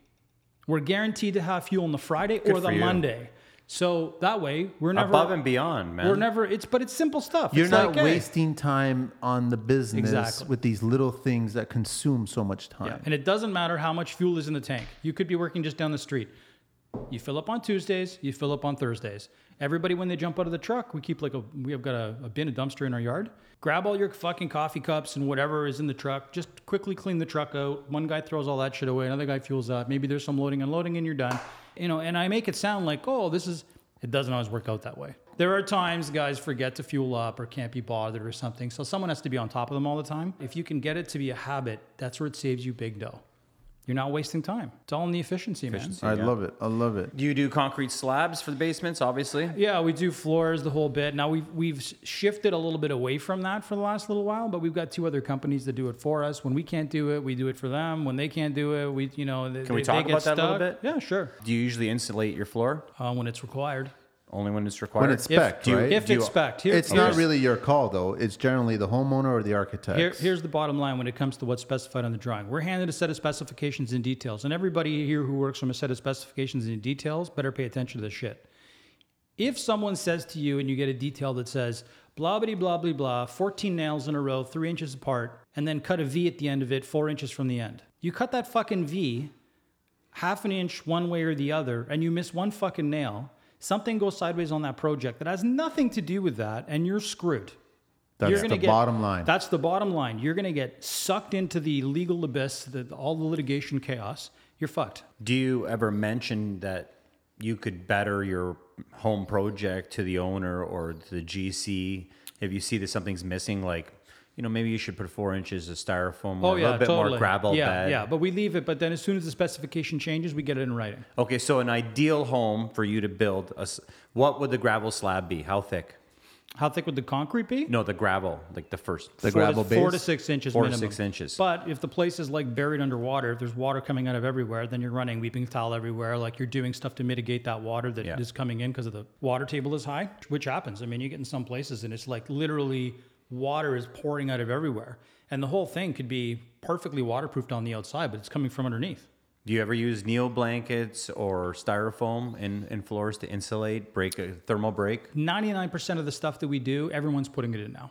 C: We're guaranteed to have fuel on the Friday or the
B: for you.
C: Monday. So that way, we're never
B: Above and beyond, man.
C: We're never. It's but it's simple stuff.
A: You're
C: It's
A: not
C: like, hey-
A: wasting time on the business
C: Exactly.
A: with these little things that consume so much
C: Yeah,
A: time.
C: and it doesn't matter how much fuel is in the tank. You could be working just down the street. You fill up on Tuesdays, you fill up on Thursdays. Everybody, when they jump out of the truck, we keep like a, we have got a, a bin, a dumpster in our yard. Grab all your fucking coffee cups and whatever is in the truck. Just quickly clean the truck out. One guy throws all that shit away, another guy fuels up. Maybe there's some loading and loading, and you're done. You know, and I make it sound like, oh, this is, it doesn't always work out that way. There are times guys forget to fuel up or can't be bothered or something. So someone has to be on top of them all the time. If you can get it to be a habit, that's where it saves you big dough. You're not wasting time. It's all in the efficiency, man.
A: I love it. I love it.
B: you do concrete slabs for the basements, obviously.
C: Yeah, we do floors the whole bit. Now we've we've shifted a little bit away from that for the last little while, but we've got two other companies that do it for us. When we can't do it, we do it for them. When they can't do it, we you know they,
B: Can we
C: they-
B: talk
C: they get
B: about that a little
C: stuck.
B: bit?
C: Yeah, sure.
B: Do you usually insulate your floor?
C: Uh, when it's required,
B: Only when it's required.
A: When it's spec,
C: if,
A: right?
C: if
B: Do you-
C: it's spec, here,
A: it's not
C: here's-
A: really your call though. It's generally the homeowner or the architect.
C: Here, here's the bottom line when it comes to what's specified on the drawing. We're handed a set of specifications and details, and everybody here who works from a set of specifications and details better pay attention to this shit. If someone says to you and you get a detail that says blah bitty blah blah blah, 14 nails in a row, three inches apart, and then cut a V at the end of it, four inches from the end. You cut that fucking V half an inch one way or the other and you miss one fucking nail, something goes sideways on that project that has nothing to do with that, and you're screwed.
A: That's
C: You're gonna
A: the bottom line.
C: That's the bottom line. You're going to get sucked into the legal abyss, the, all the litigation chaos. You're fucked.
B: Do you ever mention that you could better your home project to the owner or to the GC if you see that something's missing? Like, you know, maybe you should put four inches of styrofoam or a little bit more gravel
C: Oh, yeah,
B: bed.
C: yeah. But we leave it. But then as soon as the specification changes, we get it in writing.
B: Okay, so an ideal home for you to build, a s what would the gravel slab be? How thick?
C: How thick would the concrete be?
B: No, the gravel, like the first.
A: the
C: four
A: gravel
C: to,
A: base.
C: Four to six inches
B: Four to
C: minimum.
B: six inches.
C: But if the place is like buried underwater, if there's water coming out of everywhere, then you're running weeping tile everywhere. Like you're doing stuff to mitigate that water that is
B: Yeah.
C: coming in because of the water table is high, which happens. I mean, you get in some places and it's like literally water is pouring out of everywhere. And the whole thing could be perfectly waterproofed on the outside, but it's coming from underneath.
B: Do you ever use neo blankets or styrofoam in, in floors to insulate, break a thermal break?
C: 99% of the stuff that we do, everyone's putting it in now.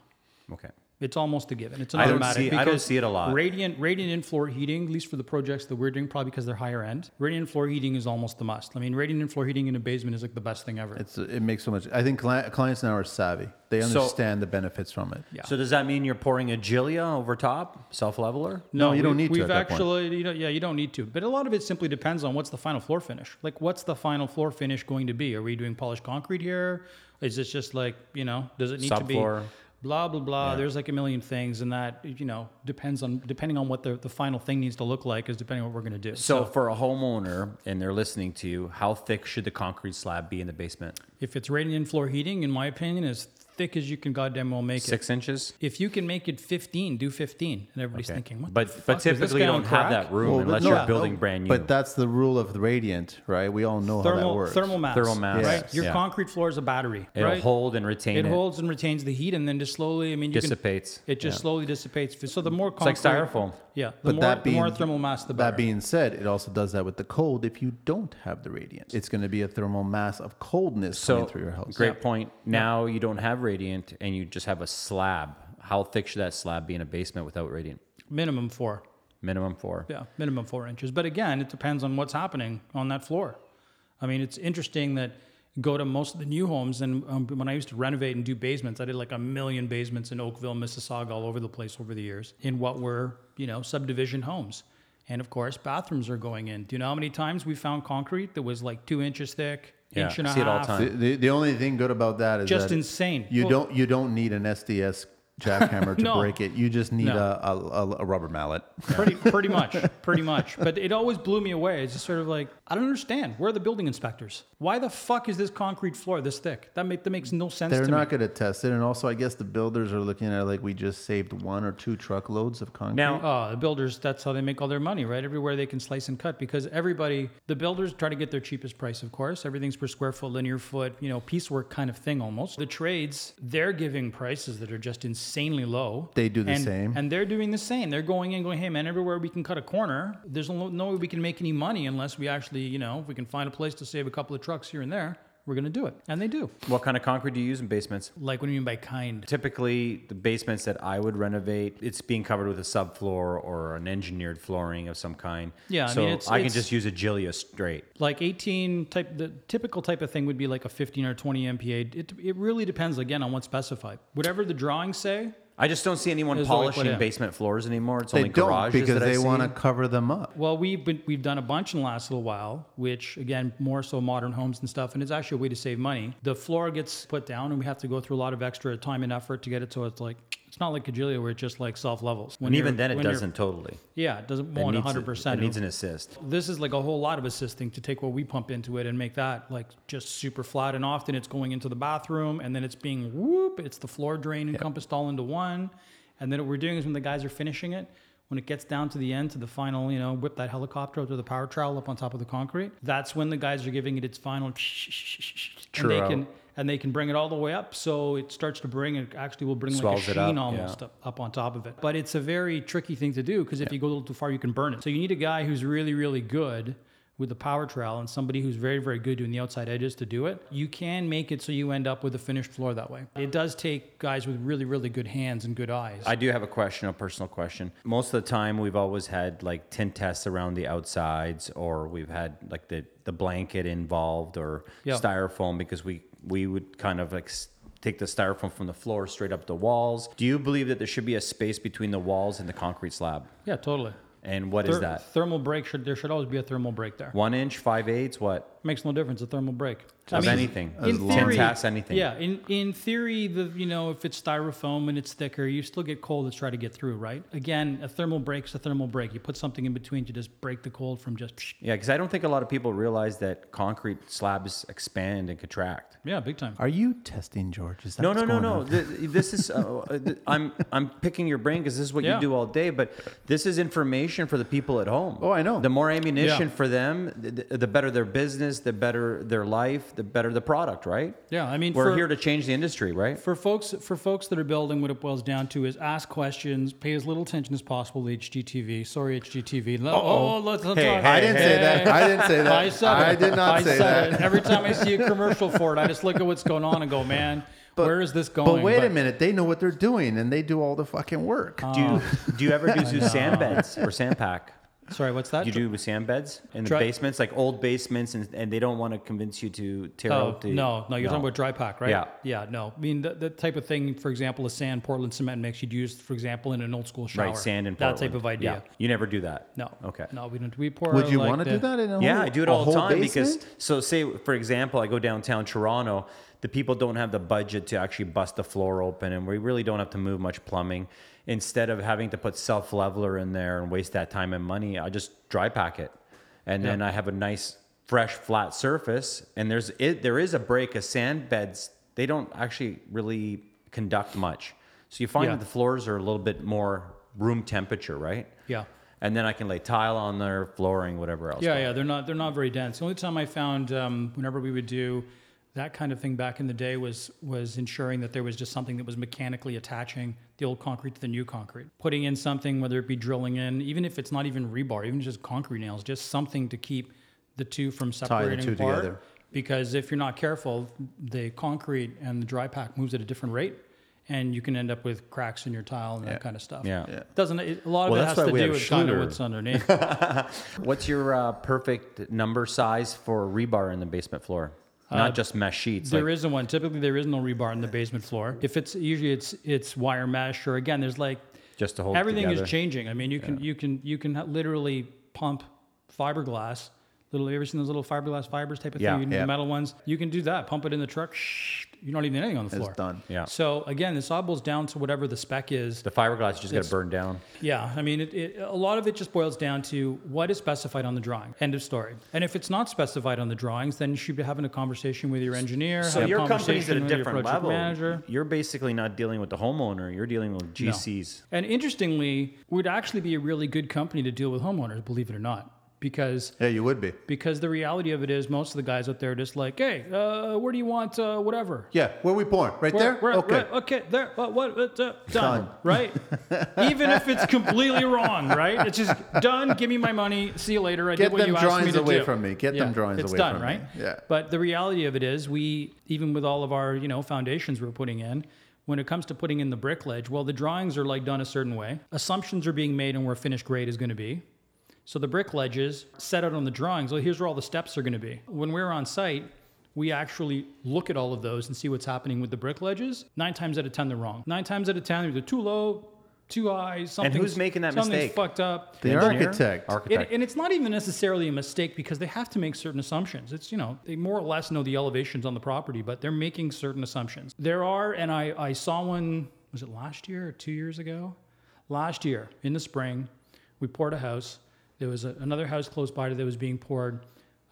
B: Okay.
C: It's almost a given. It's an
B: I don't
C: automatic.
B: see- I don't
C: because
B: see it a lot.
C: Radiant, radiant and floor heating, at least for the projects that we're doing, probably because they're higher end. Radiant and floor heating is almost the must. I mean, radiant and floor heating in a basement is like the best thing ever.
A: It's it makes so much. I think cli- clients now are savvy. They
B: So-
A: understand the benefits from it.
C: Yeah.
B: So does that mean you're pouring a Gilia over top, self leveler?
A: No, you don't need to
C: We've
A: at that point.
C: actually, you know, yeah, you don't need to. But a lot of it simply depends on what's the final floor finish. Like, what's the final floor finish going to be? Are we doing polished concrete here? Is this just like you know? Does it need to be
B: Subfloor.
C: blah blah blah? There's like a million things, and that you know depends on depending on what the the final thing needs to look like is depending on what we're going to do.
B: So, for a homeowner and they're listening to you, how thick should the concrete slab be in the basement?
C: if it's radiant floor heating, in my opinion, as thick as you can goddamn well make it.
B: Six inches.
C: If you can make it 15, do 15. And everybody's
B: Okay.
C: thinking, what? the
B: but
C: fuck,
B: but
C: is this
B: typically
C: guy
B: you
C: on
B: don't have
C: crack?
B: that room
A: Well,
B: unless
A: no,
B: you're
A: no,
B: building brand new.
A: But that's the rule of the radiant, right? We all know how that
C: Thermal
A: works.
C: thermal mass.
B: Thermal mass.
C: Right. Your
B: Yeah.
C: concrete floor is a battery.
B: it'll
C: right?
B: hold and retain
C: it
B: it.
C: holds and retains the heat, and then just slowly. I mean, you
B: Dissipates.
C: Can, it just slowly dissipates. So the more
B: like
C: concrete,
B: styrofoam.
C: Yeah, the
A: But
C: more
A: that being
C: the more thermal mass, the better.
A: that being said, it also does that with the cold. If you don't have the radiant, it's going to be a thermal mass of coldness
B: So
A: coming through your house.
B: great point. Now you don't have radiant and you just have a slab. How thick should that slab be in a basement without radiant?
C: minimum four.
B: Minimum four.
C: Yeah, minimum four inches. But again, it depends on what's happening on that floor. I mean, it's interesting that you go to most of the new homes, and um, when I used to renovate and do basements, I did like a million basements in Oakville, Mississauga, all over the place over the years in what were you know subdivision homes. And of course, bathrooms are going in. Do you know how many times we found concrete that was like two inches thick,
B: Yeah,
C: inch and a
B: see it
C: half?
B: all the time.
A: The, the, the only thing good about that is
C: Just
A: that
C: insane.
A: You
C: Well-
A: don't you don't need an SDS jackhammer to
C: No.
A: break it. You just need
C: No.
A: a, a, a, a rubber mallet.
C: pretty pretty much pretty much but it always blew me away it's just sort of like i don't understand where are the building inspectors why the fuck is this concrete floor this thick that, make, that makes no sense
A: They're
C: to
A: not
C: me
A: going to test it, and also I guess the builders are looking at it like we just saved one or two truckloads of concrete.
B: Now,
C: Oh, the builders, that's how they make all their money, right? Everywhere they can slice and cut because everybody, the builders try to get their cheapest price, of course. Everything's per square foot, linear foot, you know, piecework kind of thing almost. The trades, they're giving prices that are just insanely low.
A: They do the
C: and,
A: same.
C: And they're doing the same. They're going in going, hey, man, everywhere we can cut a corner, there's no, no way we can make any money unless we actually, you know, if we can find a place to save a couple of trucks here and there, we're going to do it. And they do.
B: what kind of concrete do you use in basements?
C: Like, what do you mean by kind?
B: Typically, the basements that I would renovate, it's being covered with a subfloor or an engineered flooring of some kind.
C: Yeah, I
B: so I,
C: mean, it's-
B: can
C: it's-
B: just use a Gilia straight.
C: like 18 type the typical type of thing would be like a 15 or 20 mpa it, it really depends again on what's specified whatever the drawings say
B: I just don't see anyone
C: Is what we put
B: polishing
C: in.
B: basement floors anymore. It's
A: they
B: only
A: don't
B: garages
A: because
B: that
A: they
B: I've
A: want to
B: seen.
A: cover them up.
C: well we've been, we've done a bunch in the last little while which again more so modern homes and stuff and it's actually a way to save money the floor gets put down and we have to go through a lot of extra time and effort to get it so it's like it's not like Cajilia where it just like self levels
B: And even then, it doesn't totally.
C: yeah it doesn't
B: It
C: want
B: needs a-
C: 100%
B: It needs an assist.
C: this is like a whole lot of assisting to take what we pump into it and make that like just super flat and often it's going into the bathroom and then it's being whoop it's the floor drain encompassed all into one and then what we're doing is when the guys are finishing it when it gets down to the end to the final you know whip that helicopter up to the power trowel up on top of the concrete that's when the guys are giving it its final (laughs) and they
B: Churro.
C: can and they can bring it all the way up so it starts to bring it actually will bring like a
B: Swells it
C: sheen
B: up,
C: almost
B: yeah.
C: up, up on top of it but it's a very tricky thing to do because if you go a little too far you can burn it so you need a guy who's really really good with the power trowel and somebody who's very very good doing the outside edges to do it you can make it so you end up with a finished floor that way it does take guys with really really good hands and good eyes
B: I do have a question, a personal question. Most of the time, we've always had like tint tests around the outsides, or we've had like the the blanket involved, or
C: Yeah.
B: styrofoam because we we would kind of like s- take the styrofoam from the floor straight up the walls. Do you believe that there should be a space between the walls and the concrete slab?
C: yeah totally
B: And what is
C: Ther-
B: that?
C: thermal break should there should always be a thermal break there
B: One inch, five eighths, what?
C: makes no difference. A thermal break
B: Of anything.
A: As
C: in
A: long-
B: Tin
C: theory,
B: tass, anything.
C: Yeah, in in theory, the you know if it's styrofoam and it's thicker, you still get cold to try to get through, right? Again, a thermal break's a thermal break. You put something in between to just break the cold from just.
B: Yeah, because I don't think a lot of people realize that concrete slabs expand and contract.
C: Yeah, big time.
A: Are you testing, George? Is that
B: No,
A: what's
B: no, no,
A: going
B: no.
A: on?
B: Th- This is uh, uh, th- I'm I'm picking your brain because this is what
C: Yeah.
B: you do all day. But this is information for the people at home.
A: Oh, I know.
B: The more ammunition
C: Yeah.
B: for them, the, the better their business, the better their life, the better the product. Right?
C: Yeah, I mean,
B: we're
C: for-
B: here to change the industry, right?
C: for folks for folks that are building, what it boils down to is ask questions, pay as little attention as possible to HGTV. Sorry, HGTV. Let- oh, let's, let's
B: Hey,
C: talk-
B: hey,
A: I didn't say that. I didn't say
B: (laughs)
A: that.
C: I said it.
A: did not
C: I
A: say
C: said
A: that.
C: it. Every time I see a commercial for it, I just look at what's going on and go, man, Where is this going?
A: But wait a minute, they know what they're doing and they do all the fucking work.
B: Do you, (laughs) do you ever do, do sand beds or sand pack?
C: Sorry, what's that?
B: You do with sand beds in the
C: Dry-
B: basements, like old basements, and, and they don't want to convince you to tear
C: Oh,
B: out the.
C: no, no, you're talking about dry pack, right?
B: Yeah.
C: Yeah, no. I mean, that, that type of thing, for example, a sand Portland cement mix you'd use, for example, in an old school shower.
B: right sand and
C: That type
B: Portland.
C: of idea.
B: Yeah. You never do that.
C: No.
B: Okay.
C: No, we don't. We pour.
A: Would you
C: like
A: want to
C: the-
A: do that in a
B: Yeah,
A: whole,
B: I do it
A: a
B: all the
A: whole
B: time
A: basement?
B: because so say for example, I go downtown Toronto, the people don't have the budget to actually bust the floor open and we really don't have to move much plumbing. Instead of having to put self leveler in there and waste that time and money, I just dry pack it. And then I have a nice fresh flat surface and there's it there is a break of sand beds. They don't actually really conduct much. So you find
C: Yeah.
B: that the floors are a little bit more room temperature, right?
C: Yeah.
B: And then I can lay tile on their flooring, whatever else.
C: Yeah, yeah, they're not they're not very dense. The only time I found um, whenever we would do that kind of thing back in the day was was ensuring that there was just something that was mechanically attaching the old concrete to the new concrete. Putting in something, whether it be drilling in, even if it's not even rebar, even just concrete nails, just something to keep the two from separating
A: two
C: apart.
A: together.
C: Because if you're not careful, the concrete and the dry pack moves at a different rate, and you can end up with cracks in your tile and
A: Yeah.
C: that kind of stuff.
B: Yeah. Yeah.
C: doesn't it, a lot of
B: Well,
C: it
B: that's
C: has
B: why
C: to
B: we
C: do
B: have
C: with kind of
B: Schluter. (laughs)
C: what's underneath.
B: What's your uh, perfect number size for rebar in the basement floor? Not just mesh sheets.
C: Uh, There
B: like,
C: not one. Typically, there is no rebar in the basement floor. If it's usually it's it's wire mesh or again, there's like
B: Just to hold it
C: everything
B: together.
C: is changing. I mean, you can you can you can ha- literally pump fiberglass. Little, you ever seen those little fiberglass fibers type of
B: Yeah.
C: thing? You know,
A: Yeah.
C: The metal ones. You can do that. Pump it in the truck. Shh, you're not even doing anything on the floor.
A: done.
B: Yeah.
C: So again, this all boils down to whatever the spec is.
B: the fiberglass you just got
C: It's-
B: to burn down.
C: Yeah, I mean, it, it, a lot of it just boils down to what is specified on the drawing. End of story. And if it's not specified on the drawings, then you should be having a conversation with your engineer.
B: So
C: have a
B: your company's
C: conversation
B: at a
C: with your
B: different
C: project
B: level.
C: Manager.
B: You're basically not dealing with the homeowner. You're dealing with
C: No.
B: GCs.
C: And interestingly, would actually be a really good company to deal with homeowners, believe it or not, because
A: Yeah, you would be.
C: because the reality of it is most of the guys out there are just like, hey, uh, where do you want uh, whatever?
A: Yeah, where we pouring? Right
C: Where-
A: there?
C: where-
A: okay.
C: where- okay, there. What? What? what uh, done.
A: Done. (laughs)
C: Right. Even if it's completely wrong, right? It's just done. Give me my money. See you later. I
A: Get
C: did what
A: them
C: you asked me
A: drawings
C: to
A: away
C: do.
A: from me. Get them drawings
C: it's
A: away
C: done,
A: from me.
C: right?
A: Yeah.
C: But the reality of it is, we even with all of our you know foundations we're putting in. When it comes to putting in the brick ledge, well, the drawings are like done a certain way. Assumptions are being made on where finished grade is going to be. So the brick ledges set out on the drawings. Well, here's where all the steps are going to be. When we're on site, we actually look at all of those and see what's happening with the brick ledges. Nine times out of ten, they're wrong. Nine times out of ten, they're either too low, too high. Something's,
B: making that
C: something's
B: mistake?
C: Fucked up.
A: the
B: Engineer?
A: architect.
B: Architect.
C: And, and it's not even necessarily a mistake because they have to make certain assumptions. It's, you know, they more or less know the elevations on the property, but they're making certain assumptions. There are, and I, I saw one, was it last year or two years ago? Last year in the spring, we poured a house. There was a, another house close by that was being poured.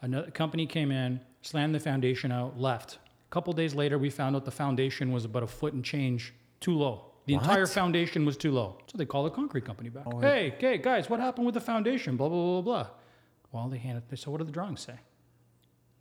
C: Another company came in, slammed the foundation out, left. A couple days later, we found out the foundation was about a foot and change too low. The entire foundation was too low. So they called the concrete company back. hey, okay, guys, what happened with the foundation? Blah, blah, blah, blah. Well, they handed, they said, what do the drawings say?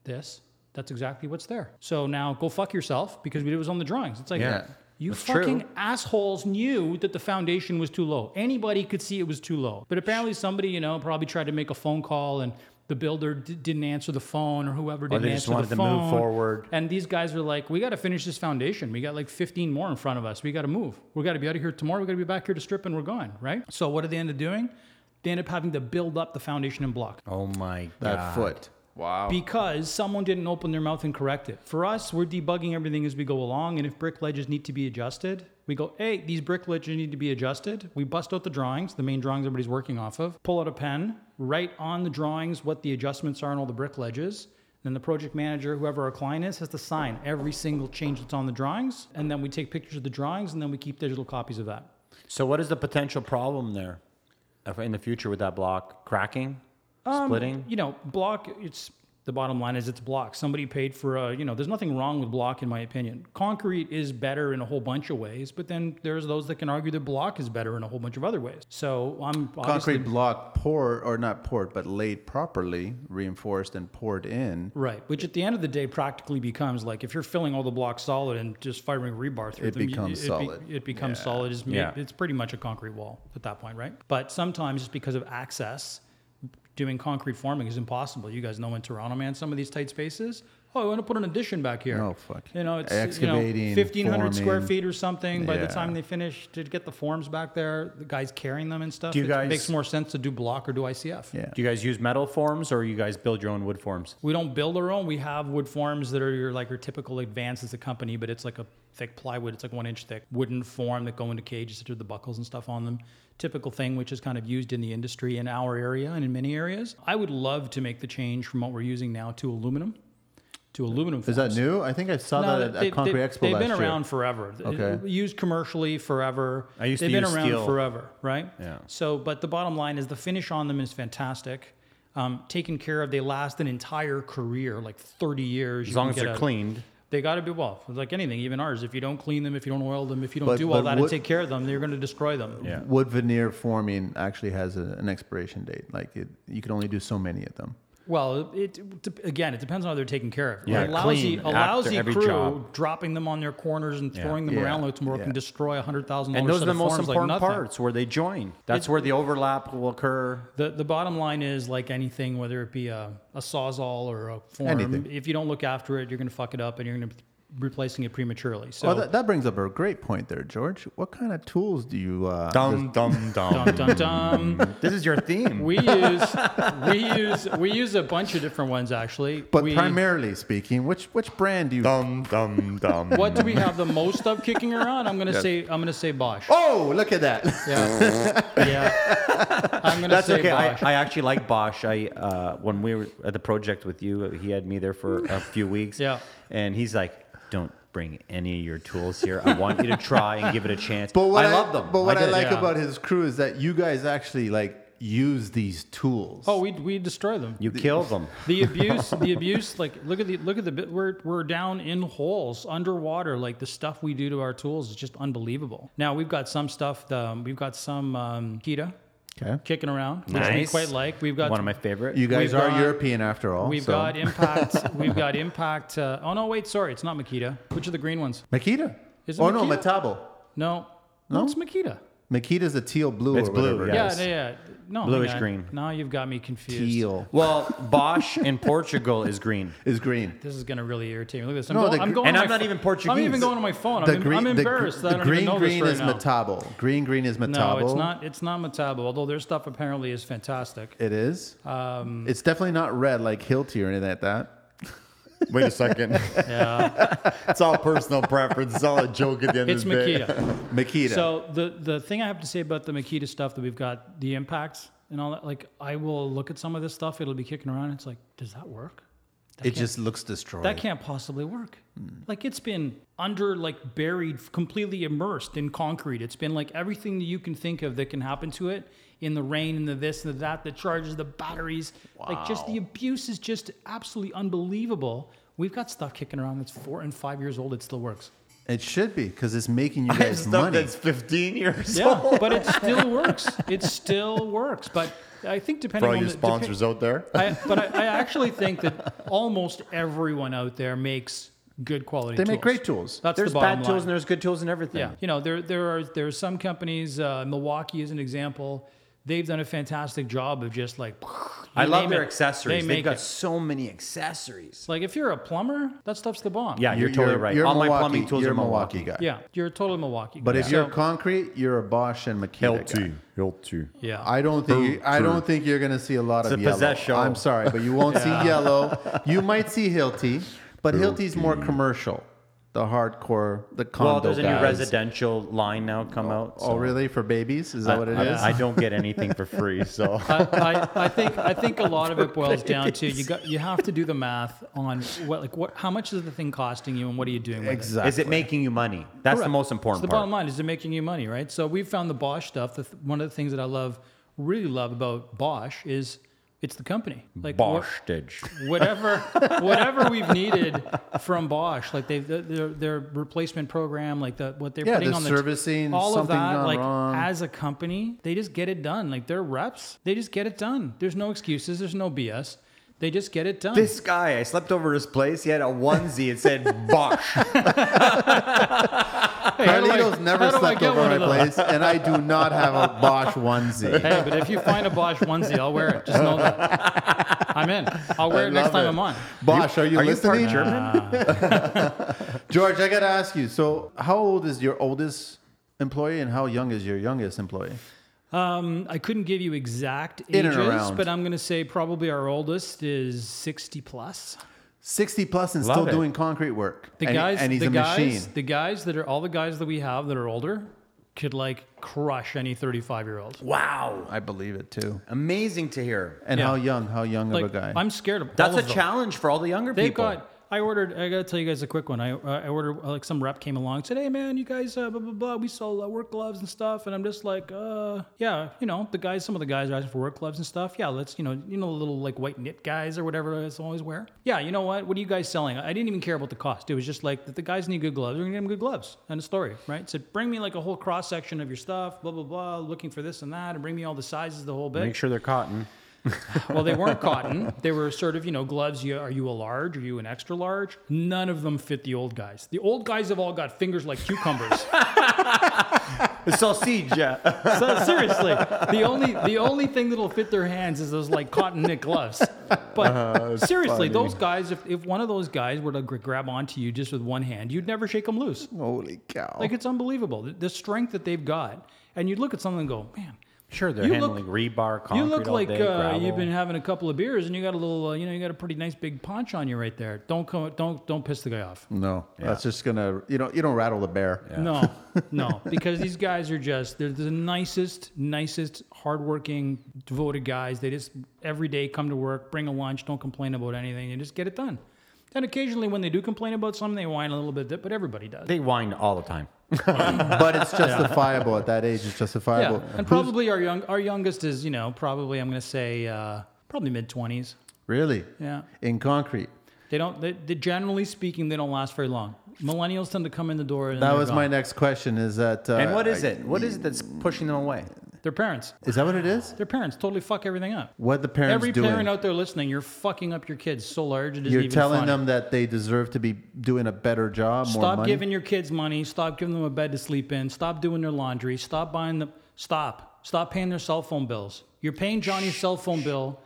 C: This. That's exactly what's there. So now go fuck yourself because it was on the drawings. It's like,
B: Yeah.
C: you
B: That's true.
C: fucking assholes knew that the foundation was too low. Anybody could see it was too low. But apparently, somebody, you know, probably tried to make a phone call and the builder d- didn't answer the phone or whoever didn't
B: they just
C: answer
B: wanted
C: the
B: to move
C: phone.
B: forward.
C: And these guys were like, we got to finish this foundation. We got like 15 more in front of us. We got to move. We got to be out of here tomorrow. We got to be back here to strip and we're gone, right? So, what did they end up doing? They ended up having to build up the foundation in block
B: Oh my
A: that
B: god.
A: foot. Wow.
C: because someone didn't open their mouth and correct it. For us, we're debugging everything as we go along, and if brick ledges need to be adjusted, we go, hey, these brick ledges need to be adjusted. We bust out the drawings, the main drawings everybody's working off of, pull out a pen, write on the drawings what the adjustments are on all the brick ledges. Then the project manager, whoever our client is, has to sign every single change that's on the drawings. And then we take pictures of the drawings and then we keep digital copies of that.
B: So what is the potential problem there If- in the future with that block cracking,
C: Um,
B: splitting?
C: you know, block. It's the bottom line is it's block. Somebody paid for a. You know, there's nothing wrong with block in my opinion. Concrete is better in a whole bunch of ways, but then there's those that can argue that block is better in a whole bunch of other ways. So I'm obviously-
A: Concrete block poured, or not poured, but laid properly, reinforced and poured in.
C: Right, which at the end of the day practically becomes like if you're filling all the blocks solid and just firing rebar through
A: It
C: them, you-
A: becomes
C: it be-
A: solid.
C: it becomes solid. It's, ma-
B: Yeah.
C: it's pretty much a concrete wall at that point, right? But sometimes just because of access, doing concrete forming is impossible. You guys know in Toronto, man, some of these tight spaces, oh, I want to put an addition back here.
A: Oh, fuck.
C: You know, it's
A: Excavating,
C: you know, 1,500 square
A: forming.
C: feet or something. By the
A: Yeah.
C: time they finish to get the forms back there, the guys carrying them and stuff,
B: Do you
C: it
B: guys-
C: makes more sense to do block or do ICF.
A: Yeah.
B: Do you guys use metal forms or you guys build your own wood forms?
C: We don't build our own. We have wood forms that are your like your typical advance as a company, but it's like a thick plywood. It's like one inch thick wooden form that go into cages through the buckles and stuff on them. Typical thing, which is kind of used in the industry in our area and in many areas. I would love to make the change from what we're using now to aluminum, to aluminum.
A: Is that new? I think I saw
C: No,
A: that at,
C: they-
A: at Concrete
C: they-
A: Expo
C: They've
A: last
C: been
A: year.
C: around forever.
A: Okay.
C: Used commercially forever.
B: I used to
C: they've been
B: use
C: around
B: steel.
C: forever, right?
B: Yeah.
C: So, but the bottom line is the finish on them is fantastic. Um, taken care of, they last an entire career, like 30 years.
B: As long as they're cleaned.
C: They got to be well, like anything, even ours. If you don't clean them, if you don't oil them, if you don't
A: But-
C: do all
A: but
C: that
A: what-
C: and take care of them, they're going to destroy them.
B: Yeah.
A: Wood veneer forming actually has a, an expiration date. Like it, you can only do so many of them.
C: Well, it, it again, it depends on how they're taken care of.
B: Yeah,
C: a lousy,
B: clean
C: a
B: after
C: lousy
B: every
C: crew
B: job.
C: dropping them on their corners and throwing them
A: Yeah,
C: around like tomorrow
A: yeah.
C: can destroy a hundred thousand.
B: And those are the most
C: forms
B: important
C: like nothing.
B: parts where they join. That's where the overlap will occur.
C: The the bottom line is like anything, whether it be a, a sawzall or a form,
A: Anything.
C: if you don't look after it, you're going to fuck it up and you're going to be replacing it prematurely. So
A: Oh, that, that brings up a great point there, George. What kind of tools do you? Uh,
B: Dum dum
C: dum
B: dum.
C: dum dum.
B: Um, this is your theme.
C: We use we use we use a bunch of different ones actually.
A: but
C: we,
A: primarily speaking, which which brand do you?
B: dum dum dum.
C: (laughs) what do we have the most of kicking around? I'm going to say I'm going to say Bosch.
A: Oh, look at
C: (laughs)
A: that!
C: Yeah, yeah. I'm going to
B: That's
C: say
B: okay. I,
C: Bosch.
B: I actually like Bosch. I uh, when we were at the project with you, he had me there for a few weeks.
C: Yeah.
B: and he's like, "Don't bring any of your tools here. I want you to try and give it a chance."
A: But what
B: I, love them.
A: But what I,
B: did.
A: like
C: yeah.
A: about his crew is that you guys actually like use these tools.
C: oh, we we destroy them.
B: you kill them.
C: The abuse, the abuse. Like, look at the look at the bit. We're we're down in holes underwater. Like the stuff we do to our tools is just unbelievable. Now we've got some stuff. Um, we've got some um, Kita
A: okay.
C: kicking around, which we
B: Nice.
C: quite like. We've got
B: One of my favorite.
A: You guys
C: We've
A: are
C: got-
A: European after all.
C: We've
A: so.
B: (laughs)
C: got impact. We've got impact. Uh, oh no, wait, sorry, it's not Makita. Which are the green ones?
A: Makita.
C: Is it
A: oh no,
C: Makita?
A: Metabo.
C: No, no, it's Makita.
A: Makita's a teal blue.
B: It's
A: or
B: blue,
A: whatever.
B: yeah.
C: Yeah,
B: Yes.
C: yeah, yeah. No, hang
B: Bluish
C: on.
B: green.
C: Now you've got me confused.
A: Teal
B: well, Bosch in Portugal is green.
A: is green.
C: This is gonna really irritate me. Look at this. I'm,
A: No,
C: going,
A: the
C: I'm
A: gr-
C: going.
B: and
C: on
B: I'm
C: my
B: not even
C: I'm
B: Portuguese.
C: not even going to my phone. I'm, I'm
A: the gr-
C: embarrassed. that
A: the
C: I don't
A: green
C: even know
A: green
C: this
A: is
C: right now.
A: Metabo. Green green is
C: No,
A: Metabo.
C: it's not. It's not Metabo. Although their stuff apparently is fantastic.
A: It is. Um, it's definitely not red like Hilti or anything like that.
E: Wait a second.
C: (laughs) Yeah,
E: it's all personal preference. It's all a joke at the end
C: it's
E: of the day.
C: Makita.
A: Makita.
C: so the the thing I have to say about the Makita stuff that we've got the impacts and all that. Like I will look at some of this stuff. It'll be kicking around. It's like, does that work? That
A: it
C: can't-
A: just looks destroyed.
C: that can't possibly work.
A: Hmm.
C: Like it's been under like buried, completely immersed in concrete. It's been like everything that you can think of that can happen to it in the rain and the this and the that that charges the batteries. Like just the abuse is just absolutely unbelievable. We've got stuff kicking around that's four and five years old. It still
A: (laughs)
C: works.
A: It should be because it's making
C: (laughs)
A: you
E: I have
A: guys
E: stuff
A: money.
E: that's 15 years
C: Yeah,
E: old.
C: but it still works. It still works. But I think
E: For
C: depending
E: all
C: on
E: your
C: the, depe-
E: sponsors out there.
C: I, but I, I actually think that almost everyone out there makes good quality.
A: They make
C: tools.
A: great tools.
C: That's
B: There's
C: the
B: bad
C: bottom line.
B: tools and there's good tools and everything.
C: Yeah, you know there there are there are some companies. Uh, Milwaukee is an example. They've done a fantastic job of just like. (laughs)
B: I
C: you
B: love
C: name
B: their
C: it,
B: accessories.
C: They
B: They
C: make
B: have got
C: it.
B: so many accessories.
C: Like if you're a plumber, that stuff's the bomb.
B: Yeah, you're, totally right.
A: you're
B: All my
A: Milwaukee-
B: plumbing tools
A: you're
B: are Milwaukee.
A: guy.
C: yeah, you're a total Milwaukee.
A: But
C: guy.
A: if you're
C: So-
A: concrete, you're a Bosch and Makita guy.
E: Hilti.
C: yeah,
A: I don't think you, I don't think you're gonna see a lot of
B: a
A: yellow.
B: possession.
A: I'm sorry, but you won't see
B: (laughs)
A: yellow. You might see Hilti, but Hilti's more commercial. The hardcore, the condo
B: Well, there's a
A: guys.
B: new residential line now come out.
A: Oh, really? For babies? Is that what it is?
B: I, I don't get anything for free, (laughs) so
C: (laughs) I, I, I think I think a
B: (laughs)
C: lot of it boils down to you got you have to do the math on what like what how much is the thing costing you and what are you doing with it.
A: exactly.
B: is it making you money? That's the
C: Correct.
B: most
C: It's
B: important
C: the
B: part.
C: bottom line is it making you money, right? So we found the Bosch stuff. The th- one of the things that I love, really love about Bosch is it's the company. Like wha-
B: Bostage.
C: whatever whatever we've needed from Bosch, like they their their replacement program, like the what they're
A: Yeah,
C: putting
A: the
C: on the
A: servicing,
C: all of
A: something
C: that,
A: gone
C: like
A: wrong.
C: as a company, they just get it done. Like their reps, they just get it done. There's no excuses. There's no BS. They just get it done.
B: This guy, I slept over at his place. He had a onesie. It said Bosch.
C: how do I-
E: Carlito's never
C: how do I
E: slept
C: get
E: over
C: one
E: my
C: of those?
E: place, and I do not have a
B: (laughs)
E: Bosch onesie.
C: Hey, but if you find a Bosch onesie, I'll wear it. Just know that. I'm in. I'll wear it next
E: love
C: time
E: it.
C: I'm on.
E: Bosch, are you
B: Are you part
E: listening?
B: German?
A: (laughs) George, I got to ask you. So, how old is your oldest employee, and how young is your youngest employee?
C: Um, I couldn't give you exact
A: In and
C: ages,
A: around.
C: but I'm going to say probably our oldest is 60 plus.
A: Sixty plus and
B: Love
A: still
B: it.
A: doing concrete work.
C: The
A: and,
C: guys,
A: and he's
C: the
A: a
C: guys,
A: machine.
C: the guys that are all the guys that we have that are older could like crush any 35 year old.
B: (laughs) Wow.
A: I believe it too.
B: Amazing to hear.
A: And
C: Yeah.
A: how young? How young
C: Like
A: of a guy?
C: I'm scared of
B: That's
C: all
B: a
C: of them.
B: challenge for all the younger
C: They've
B: people.
C: got. I ordered. I gotta tell you guys a quick one. I uh, I ordered uh, like some rep came along said, "Hey man, you guys uh, blah blah blah. We sell uh, work gloves and stuff." And I'm just like, "Uh, yeah, you know, the guys. Some of the guys are asking for work gloves and stuff. Yeah, let's you know, you know, the little like white knit guys or whatever I always wear. Yeah, you know what? What are you guys selling? I didn't even care about the cost. It was just like that the guys need good gloves. We're gonna get them good gloves. End of story, right? So bring me like a whole cross section of your stuff, blah blah blah. Looking for this and that, and bring me all the sizes, the whole bit.
B: Make sure they're cotton.
C: Well, they weren't cotton. They were sort of, you know, gloves. You, are you a large? Are you an extra large? None of them fit the old guys. The old guys have all got fingers like
A: (laughs)
C: cucumbers.
B: Sausage. yeah.
C: so, seriously, the only the only thing that'll fit their hands is those like cotton knit gloves. But
A: Uh-huh,
C: seriously, those guys, if, if one of those guys were to gr- grab onto you just with one hand, you'd never shake them loose.
A: Holy cow!
C: Like it's unbelievable the, the strength that they've got. And you'd look at something and go, man.
B: (laughs) Sure, they're
C: You look-
B: handling rebar, concrete
C: You look
B: all
C: like
B: day,
C: uh,
B: gravel.
C: you've been having a couple of beers, and you got a little, uh, you know, you got a pretty nice big punch on you right there. Don't come, don't, don't piss the guy off.
A: no, that's just gonna. You know, you don't rattle the bear.
B: (laughs)
C: No, no, because these guys are just they're the nicest, nicest, hardworking, devoted guys. They just every day come to work, bring a lunch, don't complain about anything, and just get it done. And occasionally, when they do complain about something, they whine a little bit, but everybody does.
B: They whine all the time.
A: But
C: (laughs)
A: it's justifiable at that age. It's
C: yeah,
A: justifiable.
C: and probably our young, our youngest is, you know, probably I'm going to say uh, probably mid twenties.
A: Really?
C: Yeah.
A: In concrete.
C: They don't. They, they generally speaking, they don't last very long. Millennials tend to come in the door. And
A: That
C: they're
A: was my
C: gone.
A: next question. Is that uh,
B: and what is it? What is it that's pushing them away?
C: Their parents.
A: Is that what it is?
C: Their parents totally fuck everything up.
A: What the parents
C: Every
A: doing?
C: parent out there listening, you're fucking up your kids so large it isn't
A: You're
C: even
A: telling
C: funny.
A: them that they deserve to be doing a better job, more
C: Stop
A: money.
C: giving your kids money. Stop giving them a bed to sleep in. Stop doing their laundry. Stop buying them. Stop. Stop paying their cell phone bills. You're paying Johnny's cell
A: (laughs)
C: phone bill.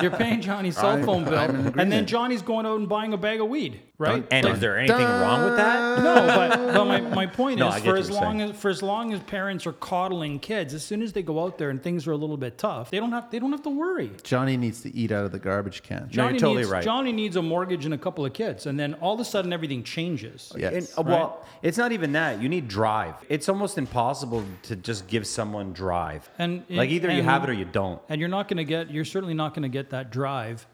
C: You're paying Johnny's cell phone bill, and then Johnny's going out and buying a bag of weed, right?
B: And
C: Like-
B: is there anything wrong with that?
C: No, but, but my, my point
B: No, I get
C: is for
B: what
C: as
B: you're
C: long
B: saying.
C: as for as long as parents are coddling kids, as soon as they go out there and things are a little bit tough, they don't have they don't have to worry.
A: Johnny needs to eat out of the garbage can.
B: No, you're
C: Johnny
B: totally
C: needs,
B: right.
C: Johnny needs a mortgage and a couple of kids, and then all of a sudden everything changes.
A: Yes.
B: And, uh, Well, it's not even that. You need drive. It's almost impossible to just give someone drive.
C: And-
B: like either you have it
C: and-
B: or you don't.
C: And you're not going to get you're certainly not going to get that drive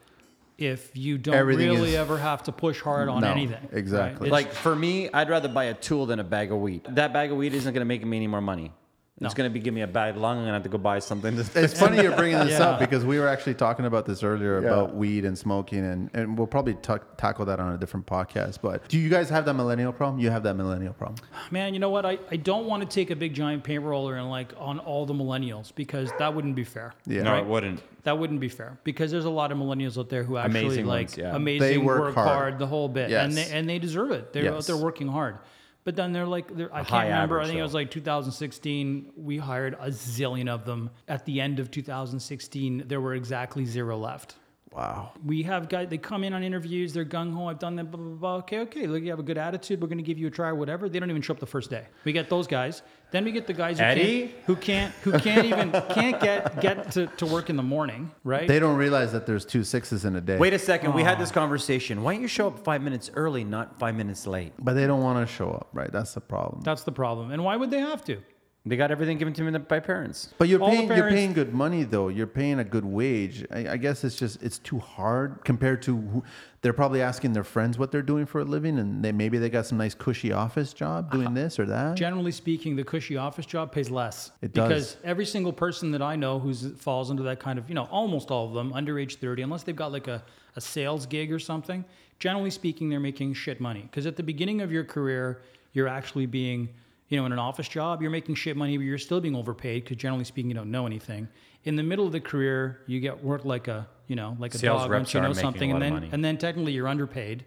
C: if you don't
A: Everything
C: really
A: is-
C: ever have to push hard on
A: No,
C: anything. right?
A: exactly.
C: It's-
B: Like for me, I'd rather buy a tool than a bag of wheat. That bag of wheat isn't going to make me any more money. It's going to be giving me a bad lung. I'm going to have to go buy something. To,
A: It's funny you're bringing this
C: Yeah.
A: up because we were actually talking about this earlier about weed and smoking, and, and we'll probably tuck tackle that on a different podcast. But do you guys have that millennial problem? You have that millennial problem.
C: man, you know what? I, I don't want to take a big giant paint roller and like on all the millennials because that wouldn't be fair.
A: Yeah.
B: it wouldn't.
C: That wouldn't be fair because there's a lot of millennials out there who actually
B: Amazing
C: like
B: ones, yeah.
C: amazing
A: They work
C: work,
A: hard.
C: hard. the whole bit, and
A: Yes.
C: they and they deserve it. They're
A: Yes.
C: out there working hard, but then they're like they're, I
B: high
C: can't remember. I
B: average,
C: think it
B: though.
C: was like 2016. We hired a zillion of them. At the end of 2016, there were exactly zero left.
A: Wow.
C: We have guys. They come in on interviews. They're gung ho. I've done that. Blah blah blah. Okay, okay. Look, you have a good attitude. We're going to give you a try. Whatever. They don't even show up the first day. We get those guys. Then we get the guys who
B: Eddie?
C: can't who can't who can't even can't get get to, to work in the morning. Right.
A: They don't realize that there's two sixes in a day.
B: Wait a second. We had this conversation. Why don't you show up five minutes early, not five minutes late?
A: but they don't want to show up, right? That's the problem.
C: That's the problem. And why would they have to?
B: They got everything given to me by parents.
A: But you're
C: All the
A: paying you're
C: parents-
A: paying good money though. You're paying a good wage. I, I guess it's just it's too hard compared to who, they're probably asking their friends what they're doing for a living, and they maybe they got some nice cushy office job
C: Uh-huh.
A: doing this or that.
C: Generally speaking, the cushy office job pays less.
A: It does.
C: because every single person that I know who falls under that kind of, you know, almost all of them under age 30, unless they've got like a, a sales gig or something, generally speaking, they're making shit money. Because at the beginning of your career, you're actually being, you know, in an office job, you're making shit money, but you're still being overpaid because generally speaking, you don't know anything. In the middle of the career, you get worked like a, you know, like a
B: Sales
C: dog
B: reps
C: once you
B: are
C: know
B: making a
C: something,
B: lot
C: and
B: of
C: then
B: money.
C: and then technically you're underpaid,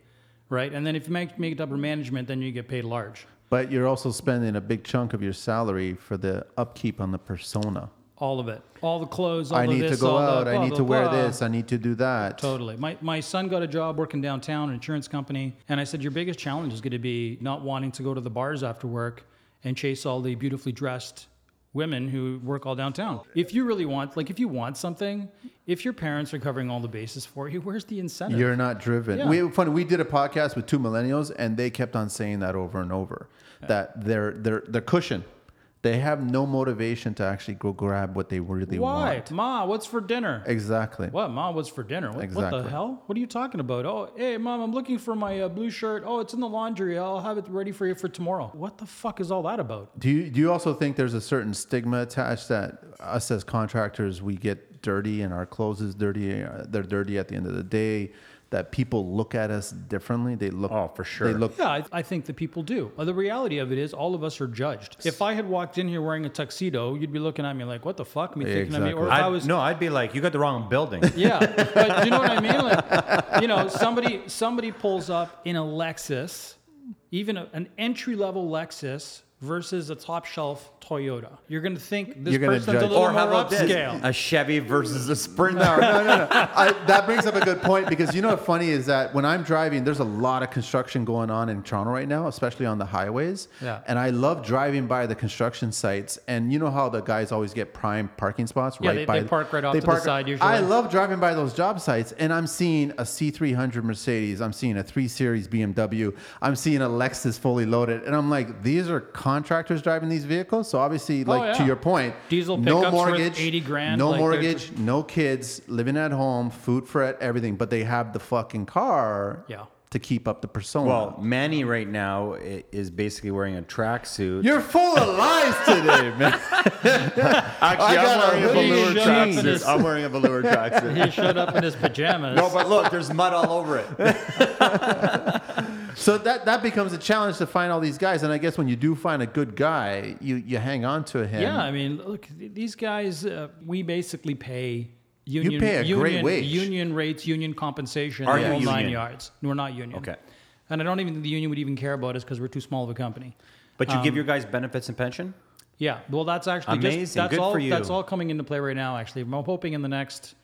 C: right? And then if you make make it upper management, then you get paid large.
A: But you're also spending a big chunk of your salary for the upkeep on the persona.
C: all of it, all the clothes. All
A: I
C: the
A: need
C: this,
A: to go
C: all the
A: out. I
C: blah,
A: need
C: blah,
A: to wear
C: blah.
A: this. I need to do that.
C: Totally. My, my son got a job working downtown, an insurance company, and I said, Your biggest challenge is going to be not wanting to go to the bars after work and chase all the beautifully dressed women who work all downtown. If you really want, like, if you want something, if your parents are covering all the bases for you, where's the incentive?
A: You're not driven.
C: Yeah.
A: We funny. We did a podcast with two millennials, and they kept on saying that over and over that they're they're they're cushion. They have no motivation to actually go grab what they really
C: Why?
A: want.
C: Ma, what's for dinner?
A: Exactly.
C: What, Ma, what's for dinner? What, what the
A: Exactly.
C: hell? What are you talking about? Oh, hey, Mom, I'm looking for my uh, blue shirt. Oh, it's in the laundry. I'll have it ready for you for tomorrow. What the fuck is all that about?
A: Do you do you also think there's a certain stigma attached that us as contractors we get dirty and our clothes is dirty? uh, They're dirty at the end of the day. That people look at us differently. They look.
B: Oh, for sure.
A: They look.
C: Yeah, I, I think that people do. Uh, The reality of it is, all of us are judged. If I had walked in here wearing a tuxedo, you'd be looking at me like, "What the fuck?" Me thinking of me, or if
B: I'd,
C: I was,
B: no, I'd be like, you got the wrong
C: (laughs)
B: building.
C: yeah. But you know what I mean? Like, you know, somebody somebody pulls up in a Lexus, even a, an entry level Lexus versus a top shelf Toyota. You're gonna think this
A: You're gonna
C: person's a
A: judge-
C: little
B: or
C: more
B: how about this?
C: upscale.
B: A Chevy versus a Sprinter.
A: no, no, no. (laughs) I, that brings up a good point because you know what's funny is that when I'm driving, there's a lot of construction going on in Toronto right now, especially on the highways.
C: Yeah.
A: And I love driving by the construction sites. And you know how the guys always get prime parking spots
C: Yeah,
A: right
C: they-
A: by
C: they park right off to the side usually.
A: I love driving by those job sites and I'm seeing a C300 Mercedes, I'm seeing a 3 Series BMW, I'm seeing a Lexus fully loaded. And I'm like, these are contractors driving these vehicles. So obviously, like to
C: Oh, yeah.
A: your point,
C: Diesel
A: no
C: pickups worth
A: mortgage,
C: 80 grand,
A: no
C: like, they're
A: mortgage, no kids, living at home, food fret, everything, but they have the fucking car
C: Yeah.
A: to keep up the persona.
B: Well, Manny right now i- is basically wearing a tracksuit.
A: you're full of lies today, man.
E: Actually,
A: I
E: I'm
A: got a
E: wearing a
A: hoodie
E: velour
C: and jeans.
E: tracksuit. I'm wearing a velour
C: (laughs)
E: tracksuit.
C: He showed up in his pajamas.
B: No, but look, there's mud all over it.
A: So that that becomes a challenge to find all these guys. And I guess when you do find a good guy, you you hang on to him.
C: Yeah, I mean, look, th- these guys, uh, we basically pay union,
A: pay a
C: union,
A: great wage.
C: union rates, union compensation,
B: Are
C: the
B: you
C: whole nine
B: union?
C: yards. We're not union.
B: Okay.
C: And I don't even think the union would even care about us because we're too small of a company.
B: But you give your guys benefits and pension?
C: Yeah, well, that's actually just-
B: Amazing.
C: that's
B: Good
C: all.
B: for you.
C: That's all coming into play right now. Actually, I'm hoping in the next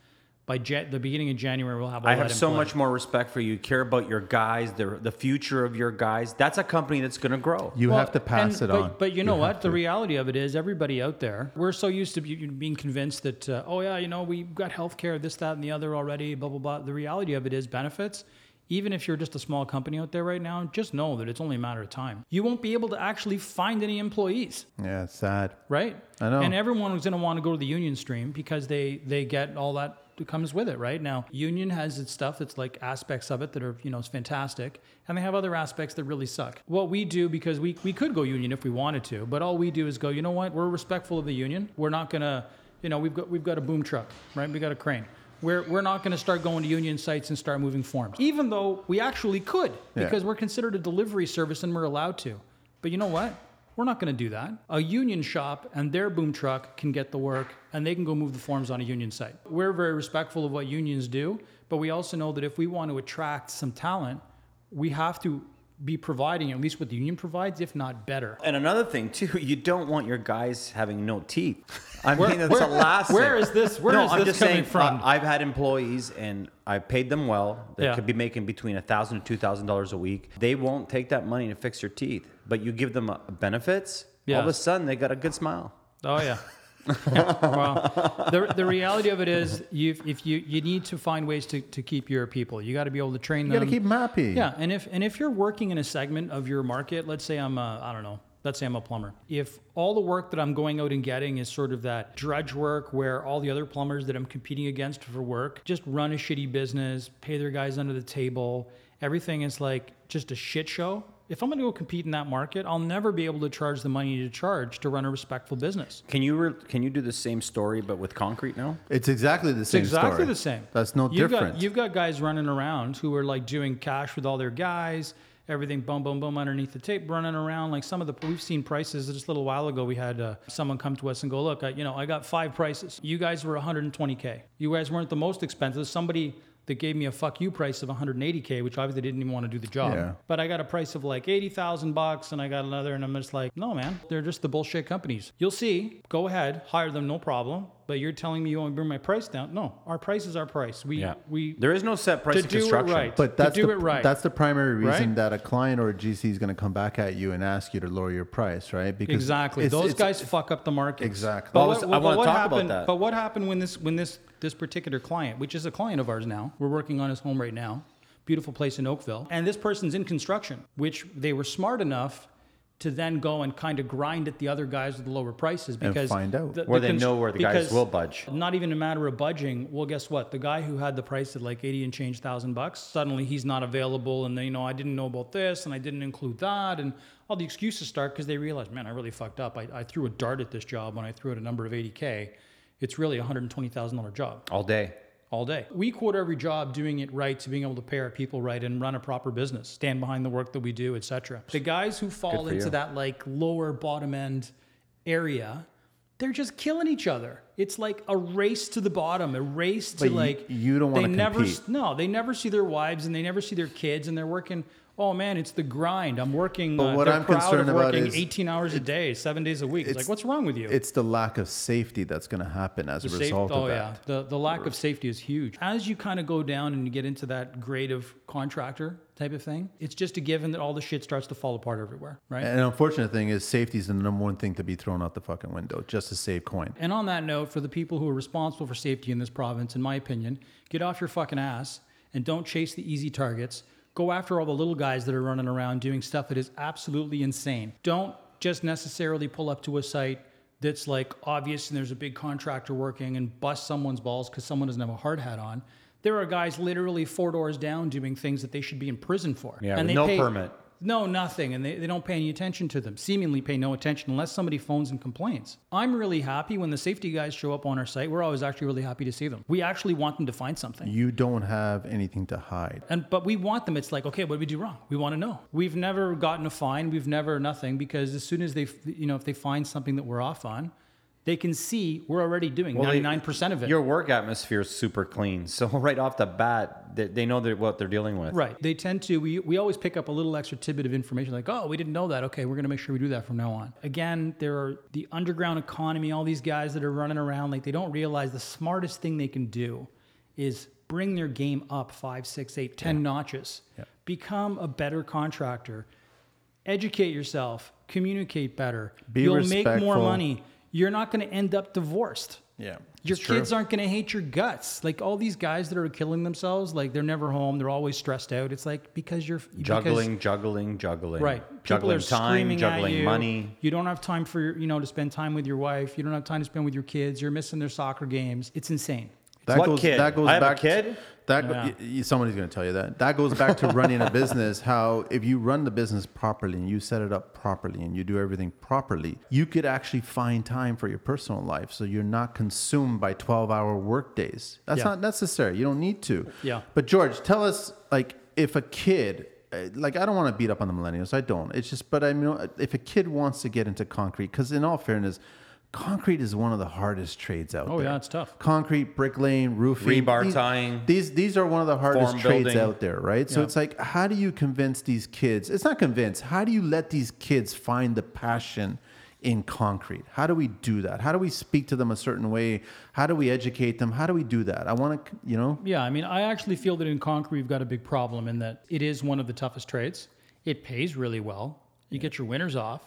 C: by jet the beginning of January we'll have. All
B: I
C: that
B: have
C: in
B: so
C: play.
B: much more respect for you. You Care about your guys, the, the future of your guys. That's a company that's going to grow.
A: You
C: Well,
A: have to pass
C: and-
A: it
C: but,
A: on.
C: But you know what? The reality of it is, everybody out there, we're so used to be, being convinced that, uh, oh yeah, you know, we've got healthcare, this, that, and the other already, blah blah blah. The reality of it is benefits. Even if you're just a small company out there right now, just know that it's only a matter of time. You won't be able to actually find any employees,
A: yeah, it's sad.
C: right?
A: I know.
C: And everyone was going to want to go to the union stream because they they get all that that comes with it, right? Now, union has its stuff that's like aspects of it that are, you know, it's fantastic, and they have other aspects that really suck. What we do because we we could go union if we wanted to, but all we do is go, you know what? We're respectful of the union. We're not going to, you know, we've got we've got a boom truck, right? We got a crane. We're, we're not going to start going to union sites and start moving forms, even though we actually could,
A: Yeah.
C: because we're considered a delivery service and we're allowed to. But you know what? We're not going to do that. A union shop and their boom truck can get the work and they can go move the forms on a union site. We're very respectful of what unions do, but we also know that if we want to attract some talent, we have to be providing at least what the union provides, if not better.
B: And another thing too, (laughs) you don't want your guys having no teeth. I
C: Where-
B: mean, that's
C: where-
B: a last.
C: where
B: thing.
C: is this- where
B: no,
C: is
B: I'm
C: this
B: just
C: coming
B: saying,
C: from?
B: uh, I've had employees and I paid them well. They
C: Yeah.
B: could be making between a thousand to two thousand dollars a week. They won't take that money to fix their teeth, but you give them uh, benefits. All of
C: Yeah.
B: a sudden, they got a good smile.
C: Oh (laughs) yeah. well, the, the reality of it is, you if you you need to find ways to, to keep your people. You got to be able to train
A: You
C: them.
A: got to keep them happy.
C: Um, Yeah, and if and if you're working in a segment of your market, let's say I'm a I don't know, let's say I'm a plumber. If all the work that I'm going out and getting is sort of that drudge work where all the other plumbers that I'm competing against for work just run a shitty business, pay their guys under the table, everything is like just a shit show. If I'm going to go compete in that market, I'll never be able to charge the money to charge to run a respectful business.
B: Can you re- can you do the same story but with concrete now?
A: It's exactly the same.
C: It's exactly
A: story.
C: the same.
A: That's no
C: you've
A: different.
C: Got, you've got guys running around who are like doing cash with all their guys, everything boom, boom, boom underneath the tape, running around. Like some of the, we've seen prices just a little while ago. We had uh, someone come to us and go, look, I, you know, I got five prices. You guys were 120K. You guys weren't the most expensive. Somebody that gave me a fuck you price of 180K, which obviously didn't even want to do the job.
A: Yeah.
C: But I got a price of like 80,000 bucks and I got another, and I'm just like, no, man, they're just the bullshit companies. You'll see, go ahead, hire them, no problem. But you're telling me you want to bring my price down? No, our price is our price. We,
B: Yeah.
C: we,
B: there is no set price
C: To
B: of
C: do it
B: construction.
C: right.
A: But
C: to
A: that's
C: do
A: the,
C: it right.
A: That's the primary reason
C: Right?
A: that a client or a GC is going to come back at you and ask you to lower your price, right? Because
C: exactly.
A: it's-
C: Those
A: it's-
C: guys fuck up the market.
A: Exactly.
B: I was- I wanna talk
C: what
B: about
C: happened,
B: that.
C: But what happened when this when this this particular client, which is a client of ours now, we're working on his home right now, beautiful place in Oakville, and this person's in construction, which they were smart enough to then go and kind of grind at the other guys with the lower prices because
A: find out.
B: Where they
C: const-
B: know where the guys
C: because
B: will budge.
C: Not even a matter of budging. Well, guess what? The guy who had the price at like eighty and change thousand bucks, suddenly he's not available, and then you know I didn't know about this, and I didn't include that, and all the excuses start because they realize, man, I really fucked up. I, I threw a dart at this job when I threw out a number of eighty k. It's really a hundred and twenty thousand dollar job
B: all day.
C: all day. We quote every job doing it right to being able to pay our people right and run a proper business, stand behind the work that we do, etc. The guys who fall
B: for
C: into
B: you.
C: that like lower bottom end area, they're just killing each other. It's like a race to the bottom, a race to
A: But you-
C: like
A: you don't wanna
C: They never
A: compete.
C: s- no, they never see their wives and they never see their kids and they're working. Oh man, it's the grind. I'm working.
A: But
C: uh,
A: what
C: they're
A: I'm
C: proud
A: concerned
C: of
A: about
C: working
A: is
C: 18 hours a day, seven days a week. It's,
A: it's-
C: like, what's wrong with you?
A: It's the lack of safety that's going to happen as a
C: Safe-
A: result
C: oh
A: of that.
C: yeah, the the lack of safety is huge. As you kind of go down and you get into that grade of contractor type of thing, it's just a given that all the shit starts to fall apart everywhere, right?
A: And the unfortunate thing is, safety is the number one thing to be thrown out the fucking window just to save coin.
C: And on that note, for the people who are responsible for safety in this province, in my opinion, get off your fucking ass and don't chase the easy targets. Go after all the little guys that are running around doing stuff that is absolutely insane. Don't just necessarily pull up to a site that's like obvious and there's a big contractor working and bust someone's balls because someone doesn't have a hard hat on. There are guys literally four doors down doing things that they should be in prison for.
B: Yeah, with
C: and they
B: no
C: pay-
B: permit.
C: no, nothing. And they, they don't pay any attention to them, seemingly pay no attention unless somebody phones and complains. I'm really happy when the safety guys show up on our site. We're always actually really happy to see them. We actually want them to find something.
A: You don't have anything to hide.
C: And but we want them. It's like, okay, what did we do wrong? We want to know. We've never gotten a fine. We've never nothing because as soon as they, you know, if they find something that we're off on, they can see we're already doing
B: Well, they-
C: 99% of it.
B: Your work atmosphere is super clean, (laughs) so right off the bat, they, they know that what they're dealing with.
C: Right. They tend to, we, we always pick up a little extra tidbit of information like, oh, we didn't know that. Okay, we're going to make sure we do that from now on. Again, there are the underground economy, all these guys that are running around, like they don't realize the smartest thing they can do is bring their game up five, six, eight, ten notches. Become a better contractor. Educate yourself. Communicate better.
A: Be
C: You'll make more
A: respectful.
C: money. You're not going to end up divorced
A: Yeah.
C: your kids aren't going to hate your guts. Like all these guys that are killing themselves, like they're never home. They're always stressed out. It's like because you're because-
B: Juggling, juggling, juggling.
C: right?
B: Juggling
C: People are
B: time,
C: screaming
B: juggling
C: at you.
B: money.
C: You don't have time for your, you know to spend time with your wife. You don't have time to spend with your kids. You're missing their soccer games. It's insane.
A: That
B: What kid?
A: That goes
B: I have a
A: back.
B: kid?
A: That
C: Yeah.
A: y- y- somebody's going to tell you that. That goes back to running a business. How if you run the business properly and you set it up properly and you do everything properly, you could actually find time for your personal life. So you're not consumed by 12-hour work days. That's
C: Yeah.
A: not necessary. You don't need to.
C: Yeah.
A: But George, tell us like if a kid uh, like I don't want to beat up on the millennials. I don't. It's just but I mean if a kid wants to get into concrete cuz in all fairness, concrete is one of the hardest trades out
C: Oh,
A: there.
C: yeah, it's tough.
A: Concrete, bricklaying, roofing,
B: Rebar
A: these-
B: tying.
A: These these are one of the hardest
B: Form
A: trades
B: building.
A: out there, right? So
C: Yeah.
A: it's like how do you convince these kids? It's not convince. How do you let these kids find the passion in concrete? How do we do that? How do we speak to them a certain way? How do we educate them? How do we do that? I want to, you know,
C: Yeah, I mean, I actually feel that in concrete we've got a big problem in that it is one of the toughest trades. It pays really well. You get your winners off.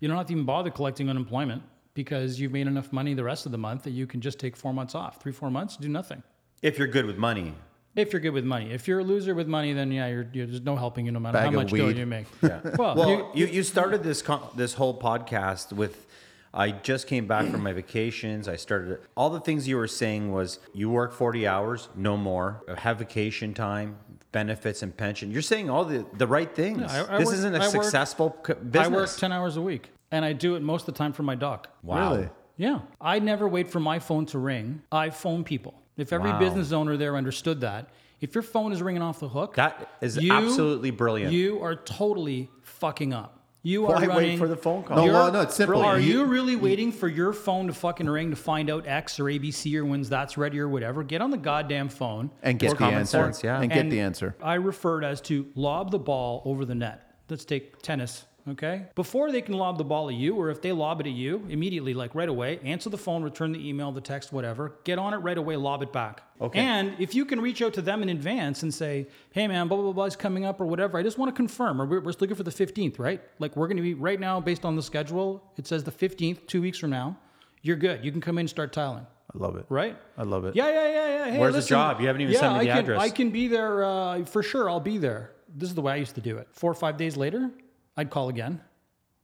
C: You don't have to even bother collecting unemployment because you've made enough money the rest of the month that you can just take four months off, three, four months, do nothing.
B: If you're good with money,
C: If you're good with money, if you're a loser with money, then yeah, you're, you're there's no helping you no matter
A: Bag
C: how
A: of
C: much dough
A: weed.
C: you make.
B: (laughs) Yeah.
C: Well,
B: Well,
C: Uh-huh. you-
B: you, you, started this con- this whole podcast with. I just came back from my vacations. I started all the things you were saying was you work 40 hours, no more, Uh, have vacation time, benefits and pension. You're saying all the, the right things.
C: Yeah, I- I
B: this
C: work-
B: isn't a
C: I work-
B: successful co- business.
C: I work ten hours a week, and I do it most of the time for my doc.
B: wow.
A: Really?
C: Yeah. I never wait for my phone to ring. I phone people. If every
B: Wow.
C: business owner there understood that, if your phone is ringing off the hook,
B: That is absolutely brilliant.
C: You are totally fucking up. You are
B: Why wait
C: running,
B: for the phone call?
A: No,
C: You're-
A: well, no, it's simple.
C: Are
A: You-
C: you really waiting for your phone to fucking ring to find out X or ABC or when's that's ready or whatever? Get on the goddamn phone.
A: and get
B: Or
A: the
B: common
A: answer.
B: sense, yeah.
A: And get
C: And
A: the answer.
C: I referred as to lob the ball over the net. Let's take tennis, okay? Before they can lob the ball at you, or if they lob it at you immediately, like right away, answer the phone, return the email, the text, whatever. Get on it right away, lob it back. Okay. And if you can reach out to them in advance and say, hey man, blah, blah, blah, blah is coming up or whatever, I just want to confirm, or we're, we're just looking for the 15th, right? Like we're going to be right now, based on the schedule, it says the 15th, two weeks from now, you're good. You can come in and start tiling
A: I love it.
C: right?
A: I love it.
C: Yeah, yeah, yeah, yeah. Hey,
B: Where's the
C: listen,
B: job? You haven't even
C: yeah,
B: sent me
C: I
B: the
C: can,
B: address.
C: I can be there uh, for sure. I'll be there. This is the way I used to do it. Four or five days later, I'd call again.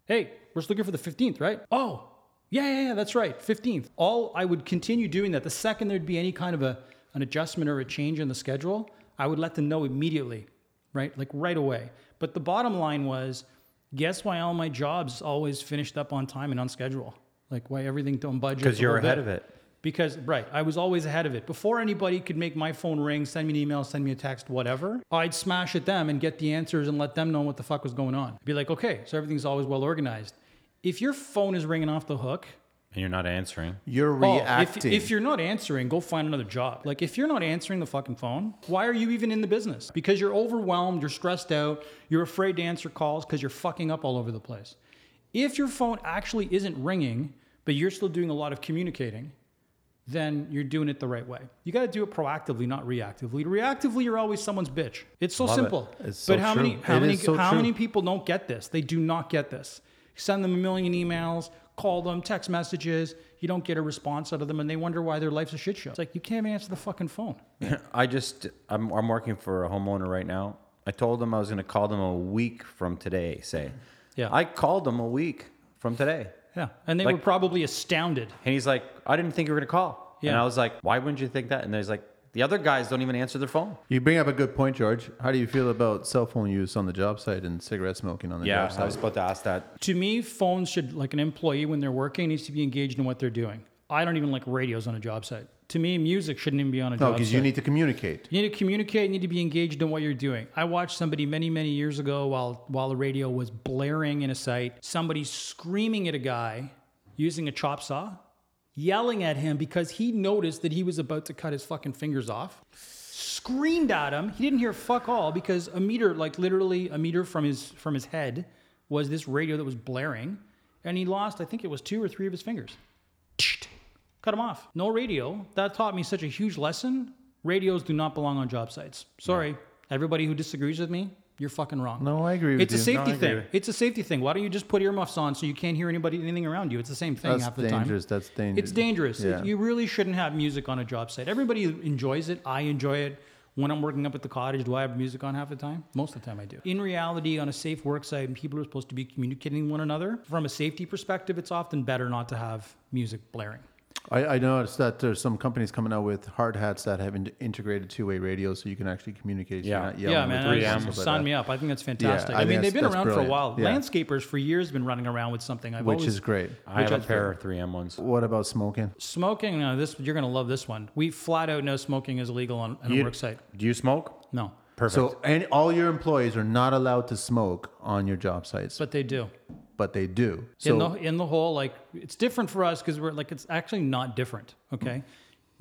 C: Hey, we're just looking for the 15th, right? Oh, yeah, yeah, yeah, that's right, 15th. All I would continue doing that. The second there'd be any kind of a an adjustment or a change in the schedule, I would let them know immediately, right? Like right away. But the bottom line was, guess why all my jobs always finished up on time and on schedule? Like why everything don't budget?
B: because
C: a
B: you're
C: little
B: ahead of
C: bit?
B: it.
C: because right i was always ahead of it before anybody could make my phone ring send me an email send me a text whatever i'd smash at them and get the answers and let them know what the fuck was going on I'd be like okay so everything's always well organized if your phone is ringing off the hook
B: And you're not answering.
A: You're
C: oh, if,
A: reacting.
C: if you're not answering go find another job like if you're not answering the fucking phone why are you even in the business because you're overwhelmed you're stressed out you're afraid to answer calls because you're fucking up all over the place if your phone actually isn't ringing but you're still doing a lot of communicating then you're doing it the right way. You got to do it proactively, not reactively. Reactively, you're always someone's bitch. It's so simple.
A: It's so
C: but how many
A: true.
C: how
A: It
C: many
A: is so
C: how
A: true.
C: many people don't get this? They do not get this. Send them a million emails, call them, text messages. You don't get a response out of them, and they wonder why their life's a shit show. It's like you can't even answer the fucking phone.
B: I just I'm I'm working for a homeowner right now. I told them I was going to call them a week from today. Say,
C: Yeah.
B: I called them a week from today,
C: Yeah, and they
B: Like-
C: were probably astounded.
B: and he's like, I didn't think you were going to call. And
C: Yeah.
B: I was like, Why wouldn't you think that? And he's like, The other guys don't even answer their phone.
A: You bring up a good point, George. How do you feel about cell phone use on the job site and cigarette smoking on the job
B: I
A: site?
B: was about to ask that.
C: To me, phones should like an employee when they're working needs to be engaged in what they're doing. I don't even like radios on a job site. To me, music shouldn't even be on a
A: no,
C: job site.
A: because you need to communicate.
C: You need to communicate. You need to be engaged in what you're doing. I watched somebody many, many years ago while while the radio was blaring in a site. Somebody screaming at a guy using a chop saw, yelling at him because he noticed that he was about to cut his fucking fingers off. Screamed at him. He didn't hear fuck all because a meter, like literally a meter from his from his head, was this radio that was blaring, and he lost. I think it was two or three of his fingers cut them off. No radio. That taught me such a huge lesson. Radios do not belong on job sites. Sorry, everybody who disagrees with me, you're fucking wrong.
A: No, I agree with
C: It's a
A: you.
C: safety
A: No, I agree
C: thing.
A: with
C: It's a safety thing. Why don't you just put earmuffs on so you can't hear anybody anything around you? It's the same thing
A: That's
C: half the
A: dangerous.
C: time.
A: That's dangerous.
C: It's dangerous. It-
A: Yeah.
C: you really shouldn't have music on a job site. Everybody enjoys it. I enjoy it. When I'm working up at the cottage, do I have music on half the time? Most of the time I do. In reality, on a safe work site, and people are supposed to be communicating with one another. From a safety perspective, it's often better not to have music blaring.
A: I, I noticed that there's some companies coming out with hard hats that have in- integrated two-way radio, so you can actually communicate. so
B: Yeah.
A: you're not yelling
C: Yeah,
A: with
C: man,
A: the-
C: I,
A: and stuff like
C: sign
A: that.
C: me up. I think that's
A: I
C: fantastic. I,
A: think
C: mean,
A: that's-
C: they've been
A: that's
C: around for a
A: brilliant.
C: while.
A: Yeah.
C: Landscapers for years been running around with something. I've
A: which
C: always,
A: is great.
B: I
C: Which
B: have a
C: I-
B: pair of 3M ones.
A: What about smoking?
C: smoking. Uh, this you're gonna love this one. We flat out know smoking is illegal on, on a work site.
B: Do you smoke?
C: No,
B: Perfect.
A: So, and all your employees are not allowed to smoke on your job sites, but,
C: but they do.
A: they do.
C: in
A: So,
C: the in the whole like it's different for us because we're like it's actually not different. Okay,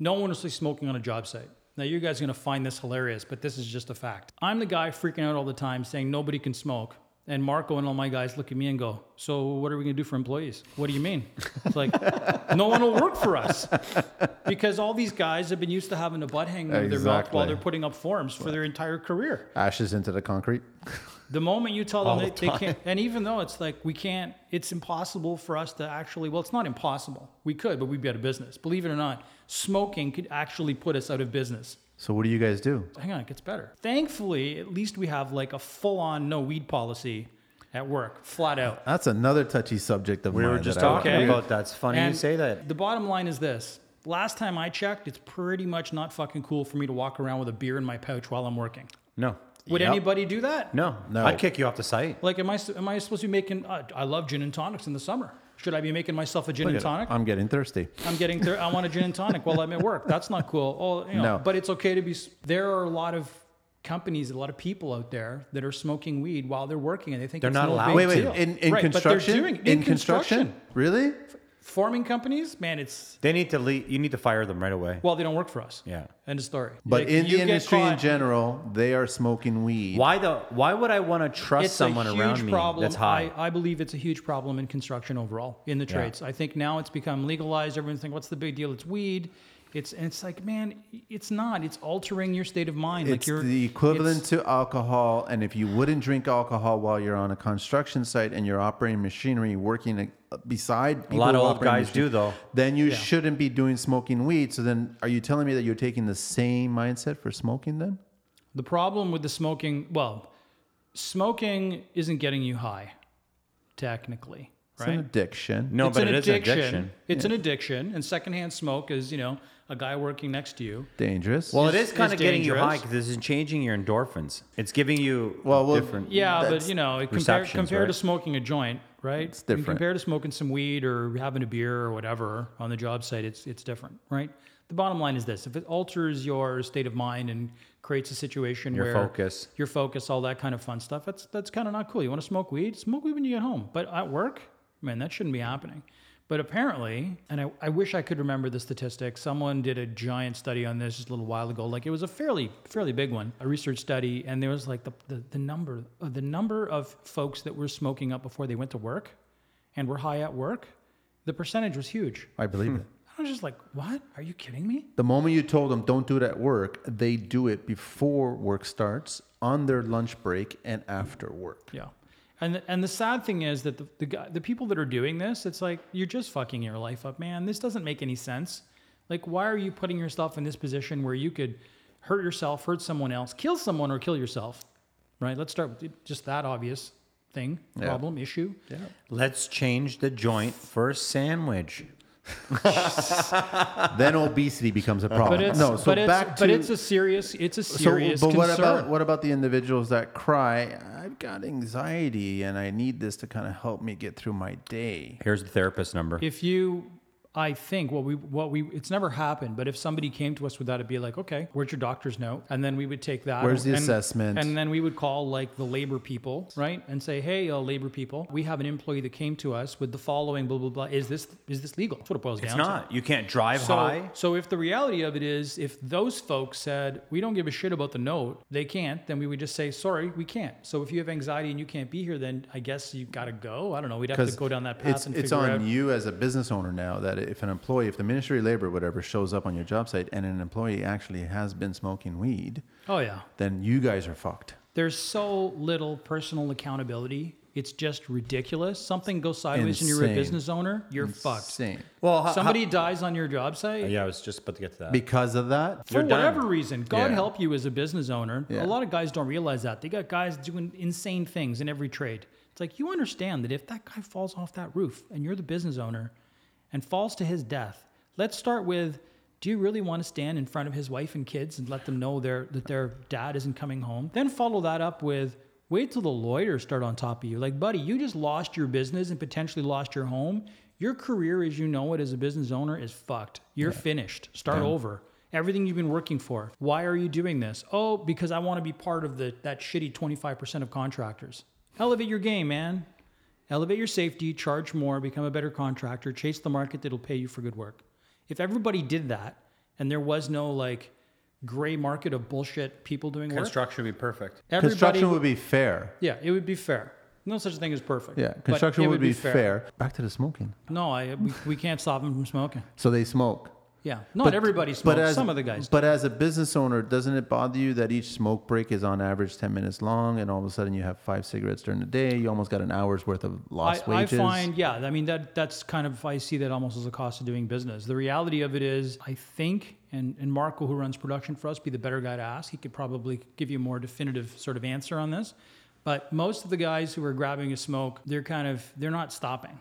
C: no one is smoking on a job site. Now you guys are gonna find this hilarious, but this is just a fact. I'm the guy freaking out all the time saying nobody can smoke. And Marco and all my guys look at me and go, "So what are we gonna do for employees? What do you mean?" It's like (laughs) no one will work for us because all these guys have been used to having a butt hanging over their mouth while
A: Exactly.
C: they're putting up forms for their entire career.
A: ashes into the concrete.
C: The moment you tell
B: All
C: them
B: the
C: they, they
B: time.
C: can't, and even though it's like we can't, it's impossible for us to actually. Well, it's not impossible. We could, but we'd be out of business. Believe it or not, smoking could actually put us out of business.
A: So, what do you guys do?
C: Hang on, it gets better. Thankfully, at least we have like a full-on no weed policy at work, flat out.
A: That's another touchy subject of
B: we
A: mine.
B: were just
A: that I would-
B: talking
C: Okay.
B: about that's funny you
C: And
B: say that.
C: The bottom line is this. Last time I checked, it's pretty much not fucking cool for me to walk around with a beer in my pouch while I'm working.
B: No.
C: Would
A: Yep.
C: anybody do that?
B: No.
A: No.
B: I'd kick you off the site.
C: Like, am I am I supposed to be making? Uh, I love gin and tonics in the summer. Should I be making myself a gin and tonic?
A: I'm getting thirsty.
C: I'm getting there. I want a gin and tonic while I'm at work. That's not cool. Oh, you know,
A: No.
C: But it's okay to be. s- There are a lot of companies, a lot of people out there that are smoking weed while they're working, and they think
B: They're
C: it's
B: not
C: no
B: allowed
C: big
B: Wait,
A: Wait, wait.
C: deal.
A: In, in
C: Right, but they're
A: construction?
C: doing- in, construction,
A: Really?
C: forming companies, man, it's
B: They need to leave. You need to fire them right away.
C: well, they don't work for us.
B: Yeah.
C: end of story.
A: But
C: Like,
A: in
C: you
A: the
C: get
A: industry in
C: caught-
A: general, they are smoking weed.
B: Why the? Why would I want to trust
C: it's
B: someone
C: a huge
B: around me
C: problem.
B: that's high?
C: I, I believe it's a huge problem in construction overall in the trades. I think now it's become legalized. Everyone's thinking, "What's the big deal? It's weed." It's and it's like, man, it's not. It's altering your state of mind. like
A: It's
C: you're
A: the equivalent
C: it's-
A: to alcohol, and if you wouldn't drink alcohol while you're on a construction site and you're operating machinery, working uh, beside people
B: lot of
A: who
B: old
A: operate
B: guys
A: machinery,
B: do, though.
A: then you shouldn't be doing smoking weed. So then, are you telling me that you're taking the same mindset for smoking then?
C: the problem with the smoking. Well, smoking isn't getting you high, technically,
A: It's an
C: right?
A: addiction.
B: no,
C: it's
B: but
C: an
B: it is an
C: addiction.
B: addiction.
C: It's an addiction, and secondhand smoke is you know a guy working next to you.
A: dangerous.
B: Well,
C: It's-
B: it is kind of
C: it's
B: getting you
C: dangerous.
B: high because this is changing your endorphins. It's giving you
A: Well, well,
B: different.
C: Yeah, but
A: That's
C: you know, it compare,
B: receptions,
C: compared to
B: right?
C: smoking a joint, right? It's
A: different.
C: Compared to smoking some weed or having a beer or whatever on the job site, it's it's different, right? The bottom line is this: if it alters your state of mind and creates a situation
B: Your
C: where
B: focus.
C: your focus, all that kind of fun stuff, that's that's kind of not cool. You want to smoke weed? Smoke weed when you get home, but at work, man, that shouldn't be happening. But apparently, and I, I wish I could remember the statistic. Someone did a giant study on this just a little while ago. Like it was a fairly fairly big one, a research study, and there was like the the, the number uh, the number of folks that were smoking up before they went to work, and were high at work. The percentage was huge.
A: I believe it.
C: I was just like, "What? Are you kidding me?"
A: The moment you told them don't do it at work, they do it before work starts, on their lunch break, and after work.
C: Yeah. And the, and the sad thing is that the the, guy, the people that are doing this, it's like you're just fucking your life up, man. This doesn't make any sense. Like, why are you putting yourself in this position where you could hurt yourself, hurt someone else, kill someone, or kill yourself? Right. Let's start with just that obvious thing, problem, issue. Yeah.
B: Let's change the joint for a sandwich.
A: Then obesity becomes a problem.
C: (laughs) But it's
A: Oh, no, so
C: but it's,
A: back to
C: but it's a serious it's a serious
A: but what
C: concern.
A: about what about the individuals that cry? I've got anxiety and I need this to kind of help me get through my day.
B: Here's the therapist number.
C: if you i think what we what we it's never happened but if somebody came to us with that it'd be like okay where's your doctor's note and then we would take that
A: Where's the
C: and,
A: assessment?
C: and then we would call like the labor people right and say hey uh, labor people we have an employee that came to us with the following blah blah blah is this is this legal that's what it boils
B: It's
C: down to
B: not. You can't drive
C: so,
B: high.
C: so if the reality of it is, if those folks said we don't give a shit about the note, they can't, then we would just say sorry, we can't. So if you have anxiety and you can't be here, then I guess you got to go. I don't know. We'd have to go down that path
A: it's,
C: and
A: it's
C: figure
A: on
C: out.
A: you as a business owner now that if an employee, if the Ministry of Labor, whatever, shows up on your job site and an employee actually has been smoking weed,
C: Oh yeah.
A: then you guys are fucked.
C: There's so little personal accountability. It's just ridiculous. Something goes sideways and you're a
A: Insane.
C: business owner, you're fucked.
A: Same.
B: well, ho-
C: Somebody dies on your job site.
B: ho- yeah, I was just about to get to that.
A: Because of that,
C: For
B: You're done.
C: whatever reason, God
A: Yeah.
C: help you as a business owner.
A: Yeah.
C: A lot of guys don't realize that. They got guys doing insane things in every trade. It's like you understand that if that guy falls off that roof and you're the business owner and falls to his death, let's start with do you really want to stand in front of his wife and kids and let them know their, that their dad isn't coming home? Then follow that up with wait till the lawyers start on top of you. Like, buddy, you just lost your business and potentially lost your home. Your career as you know it as a business owner is fucked. You're finished. Start over. Everything you've been working for. Why are you doing this? Oh, because I want to be part of the that shitty 25% of contractors. Elevate your game, man. Elevate your safety, charge more, become a better contractor, chase the market that'll pay you for good work. If everybody did that and there was no like gray market of bullshit people doing work,
B: Construction would be perfect.
C: everybody
A: construction would be fair.
C: yeah, it would be fair. No such thing as perfect.
A: Yeah,
C: but
A: construction
C: it
A: would, be, fair. Back to the smoking.
C: No, I, we, we can't stop them from smoking.
A: So they smoke.
C: Yeah, not everybody smokes. Some of the guys.
A: But as a business owner, doesn't it bother you that each smoke break is on average ten minutes long, and all of a sudden you have five cigarettes during the day? You almost got an hour's worth of
C: I,
A: lost
C: I
A: wages.
C: find, yeah, I mean that that's kind of I see that almost as a cost of doing business. The reality of it is, I think, and and Marco, who runs production for us, be the better guy to ask. He could probably give you a more definitive sort of answer on this. But most of the guys who are grabbing a smoke, they're kind of they're not stopping.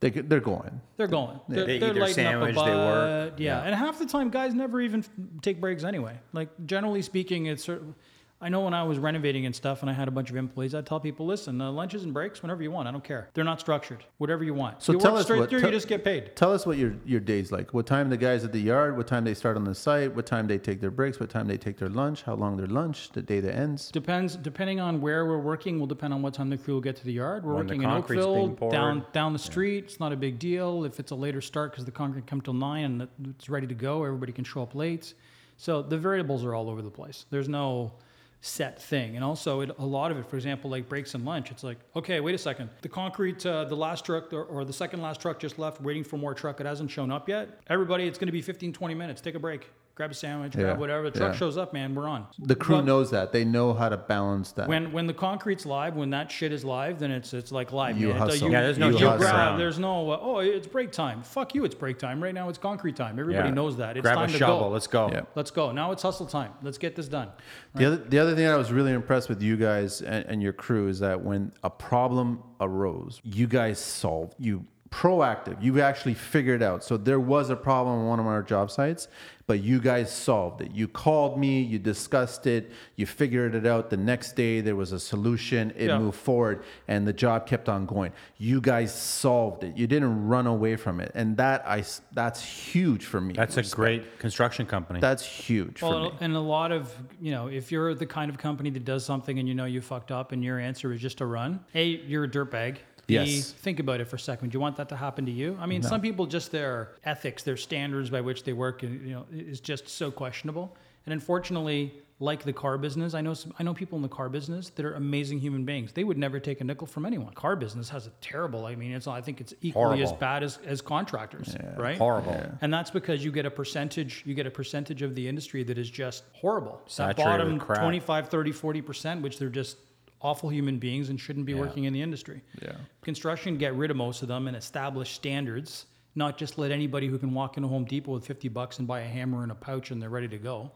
A: they, they're going.
C: They're going. They're,
B: They eat
C: they're
B: their
C: lighting
B: sandwich,
C: up
B: they
C: a
B: work.
C: butt. Yeah. and half the time, guys never even f- take breaks anyway. Like generally speaking, it's sort of- I know when I was renovating and stuff and I had a bunch of employees, I'd tell people, listen, uh, lunches and breaks, whenever you want. I don't care. They're not structured. Whatever you want.
A: So
C: you
A: tell
C: work
A: us
C: straight
A: what-
C: through,
A: tell-
C: you just get paid.
A: Tell us what your your day's like. What time the guys at the yard? What time they start on the site? What time they take their breaks? What time they take their lunch? How long their lunch? The day that ends.
C: Depends. Depending on where we're working, will depend on what time the crew will get to the yard. We're
B: When the
C: working in
B: concrete's
C: Oakville,
B: being poured.
C: down down the street. It's not a big deal if it's a later start because the concrete come till nine and it- it's ready to go. Everybody can show up late. So the variables are all over the place. There's no set thing. And also, it, a lot of it, for example, like breaks and lunch, it's like, okay, wait a second. The concrete, uh, the last truck or, or the second last truck just left, waiting for more truck. It hasn't shown up yet. Everybody, it's going to be 15, 20 minutes. Take a break. Grab a sandwich, grab
A: Yeah,
C: whatever. The truck
A: yeah.
C: shows up, man. We're on.
A: The crew
C: But-
A: knows that. They know how to balance that.
C: when when the concrete's live, when that shit is live, then it's it's like live.
A: You
C: man. It's like
A: hustle.
B: Yeah, there's no
C: you
B: jokes
C: grab-
B: around.
C: There's no uh, oh, it's break time. Fuck you, it's break time. Right now, it's concrete time. Everybody
B: Yeah.
C: knows that. It's
B: Grab
C: time
B: a
C: to
B: shovel.
C: go.
B: Let's go.
A: Yeah.
C: Let's go. Now it's hustle time. Let's get this done.
A: The other the other thing I was really impressed with you guys and, and your crew is that when a problem arose, you guys solved. You proactive. You actually figured out. So there was a problem on one of our job sites, but you guys solved it. You called me, you discussed it, you figured it out. The next day there was a solution. It
C: Yeah.
A: moved forward and the job kept on going. You guys solved it. You didn't run away from it. And that I s- that's huge for me.
B: That's a great construction company.
A: that's huge for me.
C: Well, and a lot of you know, if you're the kind of company that does something and you know you fucked up, and your answer is just to run. A, you're a dirtbag. B,
A: Yes.
C: think about it for a second. Do you want that to happen to you? I mean, some people just their ethics, their standards by which they work, and you know, is just so questionable. And unfortunately, like the car business, I know some, I know people in the car business that are amazing human beings. They would never take a nickel from anyone. Car business has a terrible. I mean, it's I think it's equally as
B: Horrible.
C: bad as, as contractors, right?
B: Horrible.
C: And that's because you get a percentage, you get a percentage of the industry that is just horrible. It's That
B: Saturated
C: bottom
B: with crap.
C: 25, 30, 40%, which they're just awful human beings and shouldn't be working in the industry. Yeah. Construction, get rid of most of them and establish standards, not just let anybody who can walk into Home Depot with 50 bucks and buy a hammer and a pouch and they're ready
B: (laughs)
C: to go.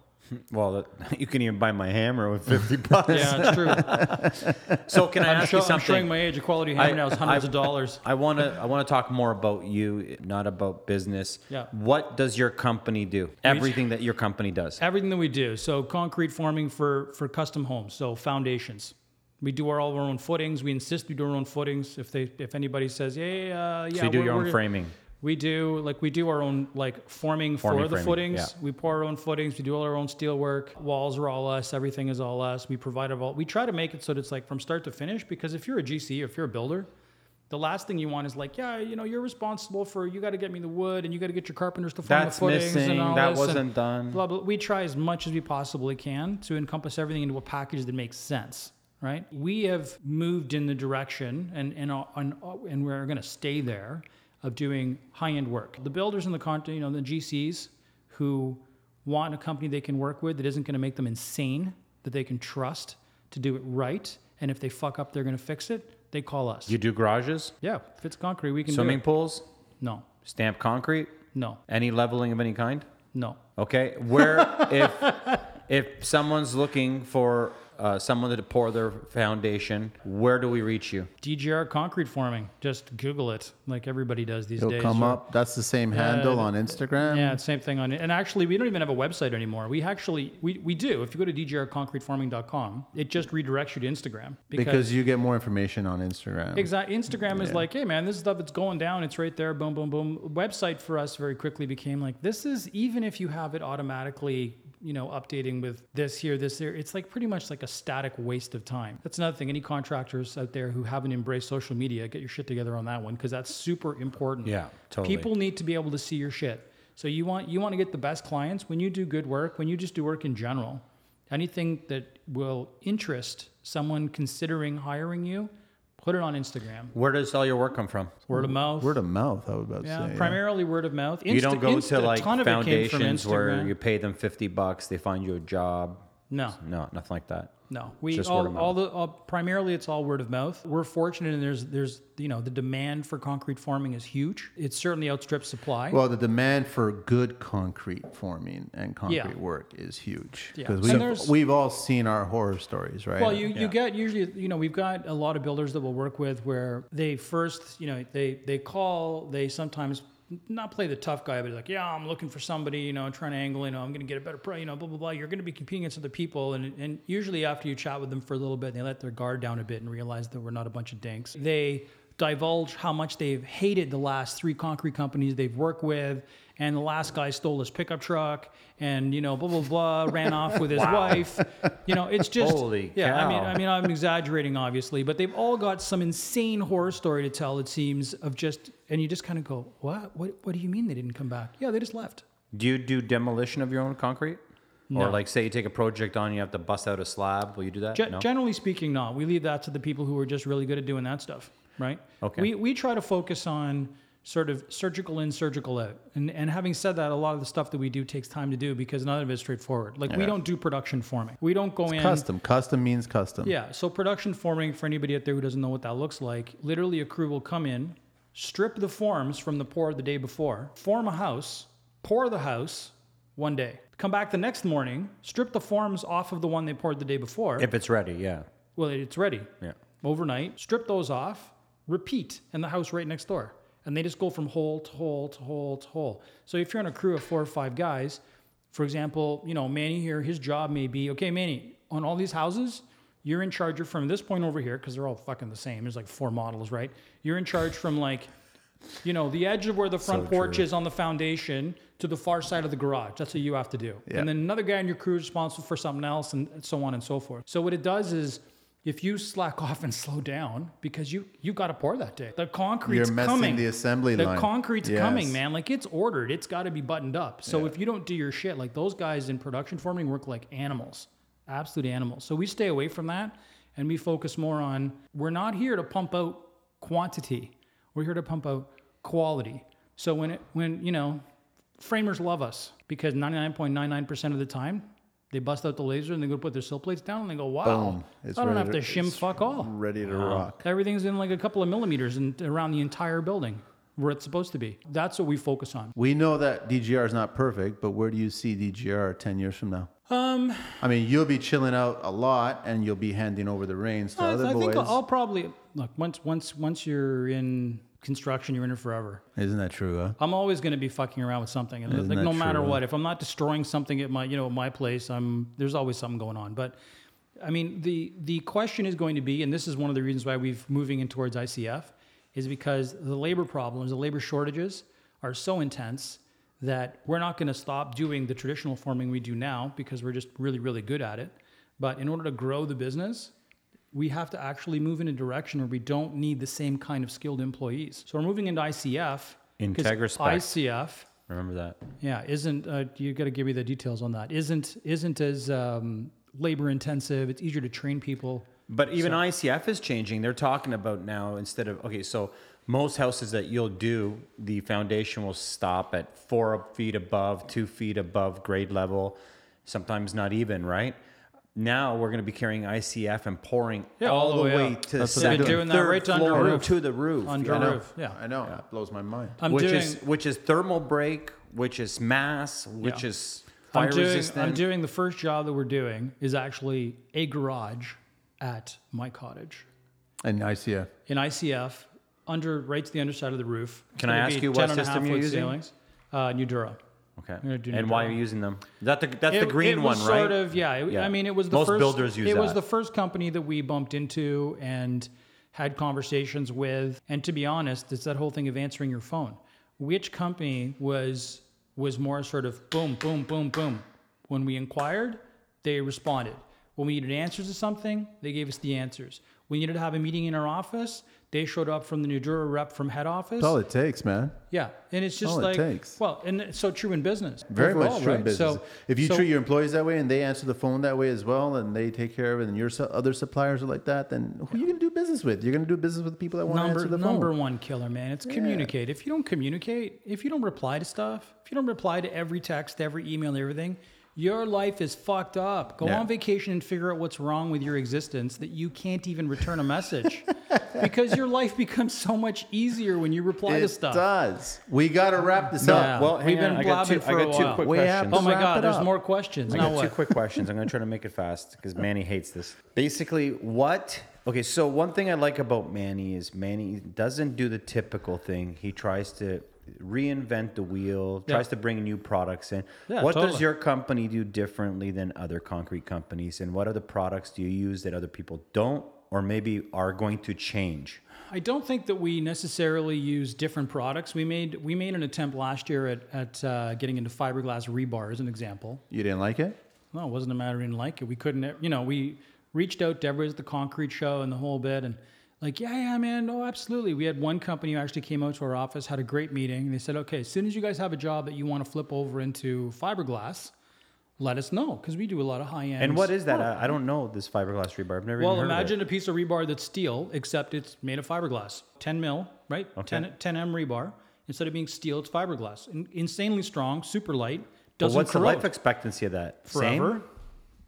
B: Well, that- (laughs) you can even buy my hammer (laughs) with 50 bucks.
C: Yeah, it's true. I'm,
B: So can I ask
C: show-
B: you
C: I'm showing
B: something?
C: my age. A quality hammer
B: I-
C: now is hundreds
B: I-
C: of dollars.
B: I want to I want to talk more about you, not about business.
C: Yeah.
B: What does your company do? Everything that your company does.
C: Everything that we do. So concrete forming for for custom homes. So foundations. We do our all our own footings. We insist we do our own footings. If they if anybody says, yeah, yeah, uh, yeah.
B: So you do
C: we're-
B: your own
C: we're-
B: framing.
C: We do like we do our own like forming,
B: Forming,
C: for the
B: framing,
C: footings.
B: yeah.
C: We pour our own footings. We do all our own steel work. Walls are all us. Everything is all us. We provide all. We try to make it so that it's like from start to finish. Because if you're a GC or if you're a builder, the last thing you want is like, yeah, you know, you're responsible for. You got to get me the wood, and you got to get your carpenters to form
B: That's
C: the footings
B: missing.
C: and all
B: That
C: this
B: wasn't
C: and
B: done.
C: Blah blah. We try as much as we possibly can to encompass everything into a package that makes sense. Right? We have moved in the direction, and and and, uh, and we're going to stay there of doing high end work. The builders and the con- you know, the GCs who want a company they can work with that isn't going to make them insane, that they can trust to do it right, and if they fuck up, they're going to fix it. They call us.
B: You do garages,
C: Yeah, if it's concrete, we can do
B: swimming
C: it.
B: pools,
C: No,
B: stamp concrete,
C: no,
B: any leveling of any kind.
C: no.
B: Okay,
C: (laughs)
B: where if if someone's looking for uh, someone to pour their foundation, where do we reach you?
C: DGR concrete forming. Just Google it, like everybody does these
A: It'll
C: days.
A: come
C: or-
A: up. That's the same handle on Instagram.
C: Yeah, it's same thing on it. And actually, we don't even have a website anymore. We actually we, we do. If you go to dgrconcreteforming.com, it just redirects you to Instagram
A: because you get more information on Instagram.
C: Exactly. Instagram is like, hey man, this stuff that's going down. It's right there. Boom, boom, boom. Website for us very quickly became like this is even if you have it automatically, you know, updating with this here, this there. It's like pretty much like a static waste of time. That's another thing. Any contractors out there who haven't embraced social media, get your shit together on that one because that's super important.
B: Yeah, totally.
C: People people need to be able to see your shit. So you want you want to get the best clients when you do good work, when you just do work in general. Anything that will interest someone considering hiring you, put it on Instagram.
B: Where does all your work come from?
C: Word of mouth.
A: Word of mouth, I was about
C: yeah,
A: to say.
C: primarily word of mouth.
B: you don't
C: Insta-
B: go
C: Insta-
B: to
C: a
B: like
C: ton of it came from
B: foundations where
C: Instagram.
B: you pay them fifty bucks, they find you a job.
C: no.
B: No, nothing like that.
C: No, we
B: Just
C: all,
B: word of mouth.
C: all the all, primarily it's all word of mouth. We're fortunate, and there's there's you know the demand for concrete forming is huge. It certainly outstrips supply.
A: Yeah. Well, the demand for good concrete forming and concrete
C: Yeah.
A: work is huge
C: Yeah.
A: because we've,
C: And there's-
A: we've all seen our horror stories, right?
C: Well, you, you get usually, you know, we've got a lot of builders that we'll work with where they first, you know, they they call, they sometimes not play the tough guy, but like, yeah, I'm looking for somebody, you know, trying to angle, you know, I'm going to get a better price, you know, blah, blah, blah. You're going to be competing against other people. And, and usually after you chat with them for a little bit, they let their guard down a bit and realize that we're not a bunch of dinks. They divulge how much they've hated the last three concrete companies they've worked with. And the last guy stole his pickup truck and, you know, blah, blah, blah, ran off with his wife. You know, it's just,
B: Holy
C: yeah, I mean,
B: cow.
C: I mean, I'm exaggerating, obviously, but they've all got some insane horror story to tell, it seems, of just, and you just kind of go, what? what? What do you mean they didn't come back? Yeah, they just left.
B: Do you do demolition of your own concrete? Or like, say you take a project on, you have to bust out a slab. Will you do that?
C: Ge- Generally speaking, not. We leave that to the people who are just really good at doing that stuff, right?
B: Okay.
C: We, we try to focus on sort of surgical in, surgical out. And, and having said that, a lot of the stuff that we do takes time to do because none of it is straightforward. Like, we don't do production forming. We don't go in.
A: Custom. Custom means custom.
C: Yeah. So production forming for anybody out there who doesn't know what that looks like, literally a crew will come in, strip the forms from the pour the day before, form a house, pour the house one day, come back the next morning, strip the forms off of the one they poured the day before.
B: If it's ready, yeah.
C: well, it's ready.
B: Yeah.
C: Overnight, strip those off, repeat, and the house right next door. And they just go from hole to hole to hole to hole. So if you're on a crew of four or five guys, for example, you know, Manny here, his job may be, okay, Manny, on all these houses, you're in charge of from this point over here, because they're all fucking the same. There's like four models, right? You're in charge from like, you know, the edge of where the front porch is on the foundation to the far side of the garage. That's what you have to do. And then another guy on your crew is responsible for something else and so on and so forth. So what it does is if you slack (laughs) off and slow down because you you got to pour that day. The concrete's
A: You're messing
C: coming.
A: the assembly
C: the
A: line.
C: concrete's
A: Yes.
C: coming, man. Like it's ordered. It's got to be buttoned up. So if you don't do your shit, like those guys in production forming work like animals. Absolute animals. So we stay away from that and we focus more on we're not here to pump out quantity. We're here to pump out quality. So when it when you know framers love us because 99.99% of the time they bust out the laser and they go put their sill plates down and they go, wow,
A: Boom. It's
C: I don't
A: ready
C: have to
A: to-
C: shim
A: it's
C: fuck all.
A: Ready to rock.
C: Everything's in like a couple of millimeters and around the entire building where it's supposed to be. That's what we focus on.
A: We know that DGR is not perfect, but where do you see DGR 10 years from now?
C: Um,
A: I mean, you'll be chilling out a lot and you'll be handing over the reins to
C: I,
A: other
C: I
A: boys.
C: think I'll probably look once once once you're in construction, you're in it forever.
A: Isn't that true, huh?
C: I'm always going to be fucking around with something, and like
A: that
C: no matter
A: true?
C: what, if I'm not destroying something at my you know my place, I'm there's always something going on. But I mean, the the question is going to be, and this is one of the reasons why we've moving in towards ICF, is because the labor problems, the labor shortages are so intense that we're not going to stop doing the traditional forming we do now because we're just really really good at it. But in order to grow the business, we have to actually move in a direction where we don't need the same kind of skilled employees. So we're moving into ICF. 'cause
B: Integraspect.
C: ICF,
B: Remember that.
C: yeah, isn't uh, you got to give me the details on that? Isn't isn't as um, labor intensive. It's easier to train people.
B: But even ICF is changing. They're talking about now instead of okay, so most houses that you'll do, the foundation will stop at four feet above, two feet above grade level, sometimes not even, right? Now we're going to be carrying ICF and pouring
C: Yeah,
B: all, the way,
C: up.
B: to
A: That's what they're
B: second,
A: doing.
C: Doing that
B: third
C: right to under
B: floor
C: roof.
B: to the roof.
C: Under
B: you know?
C: roof. Yeah.
A: I know. It blows my mind.
C: I'm
B: which
C: doing.
B: is which is thermal break, which is mass, which
C: Yeah.
B: is fire
C: I'm doing.
B: resistant.
C: I'm doing the first job that we're doing is actually a garage at my cottage
A: and ICF.
C: in ICF, under right to the underside of the roof. It's
B: Can I
C: gonna
B: ask
C: be
B: you what
C: 10 and a
B: system
C: half
B: you're
C: foot
B: using?
C: Ceilings, uh, Nudura. gonna do
B: okay. And why are
C: Nutella.
B: you using them? Is that the that's the
C: It-
B: green
C: it
B: one,
C: was
B: right?
C: Sort of, yeah. it-
B: Yeah.
C: I mean, it was the
B: Most
C: first,
B: builders use
C: It was
B: that.
C: the first company that we bumped into and had conversations with. And to be honest, it's that whole thing of answering your phone. Which company was was more sort of boom, boom, boom, boom? When we inquired, they responded. When we needed answers to something, they gave us the answers. We needed to have a meeting in our office. They showed up from the Nudura rep from head office.
A: That's all it takes, man.
C: Yeah, and it's just
A: All it
C: like
A: takes.
C: well, and it's so true in business.
A: Very
C: overall,
A: much true in
C: right?
A: business.
C: So
A: if you
C: so-
A: treat your employees that way and they answer the phone that way as well and they take care of it and your su- other suppliers are like that, then who are you going to do business with? You're going to do business with the people that want to
C: number
A: answer the
C: number
A: phone.
C: one killer, man. It's communicate. If you don't communicate, if you don't reply to stuff, if you don't reply to every text, every email, everything, your life is fucked up. Go
A: Yeah.
C: on vacation and figure out what's wrong with your existence that you can't even return
A: (laughs)
C: a message because your life becomes so much easier when you reply to
A: It
C: stuff.
A: does. We got to wrap this
C: Yeah.
A: up.
B: Well, hang
C: We've
B: on,
C: been
B: I got
C: blabbing
B: two,
C: for
B: I
C: a
B: got two
C: while.
B: quick
A: We have
B: questions.
A: to
C: Oh my
A: Wrap it
C: god, there's
A: up.
C: more questions.
B: I
C: Now
B: got two
C: what?
B: quick questions. I'm going to try to make it fast because Manny hates this. Basically, what? Okay, so one thing I like about Manny is Manny doesn't do the typical thing. He tries to reinvent the wheel,
C: Yeah.
B: tries to bring new products in.
C: Yeah,
B: what does
C: totally.
B: your company do differently than other concrete companies? And what other products do you use that other people don't or maybe are going to change?
C: I don't think that we necessarily use different products. We made we made an attempt last year at, at uh, getting into fiberglass rebar as an example.
A: You didn't like it?
C: No, it wasn't a matter we didn't like it. We couldn't, e, you know, we reached out to everybody at the concrete show and the whole bit and like, yeah, yeah, man, no, absolutely. We had one company who actually came out to our office, had a great meeting. And they said, okay, as soon as you guys have a job that you want to flip over into fiberglass, let us know because we do a lot of high end.
B: And what is that? I, I don't know this fiberglass rebar. I've never even
C: Well,
B: heard of it.
C: imagine a piece of rebar that's steel, except it's made of fiberglass. 10 mil, right? 10, 10 M rebar. Instead of being steel, it's fiberglass. In, insanely strong, super light.
B: But
C: Doesn't
B: what's the
C: corrode
B: life expectancy of that? Same?
C: forever.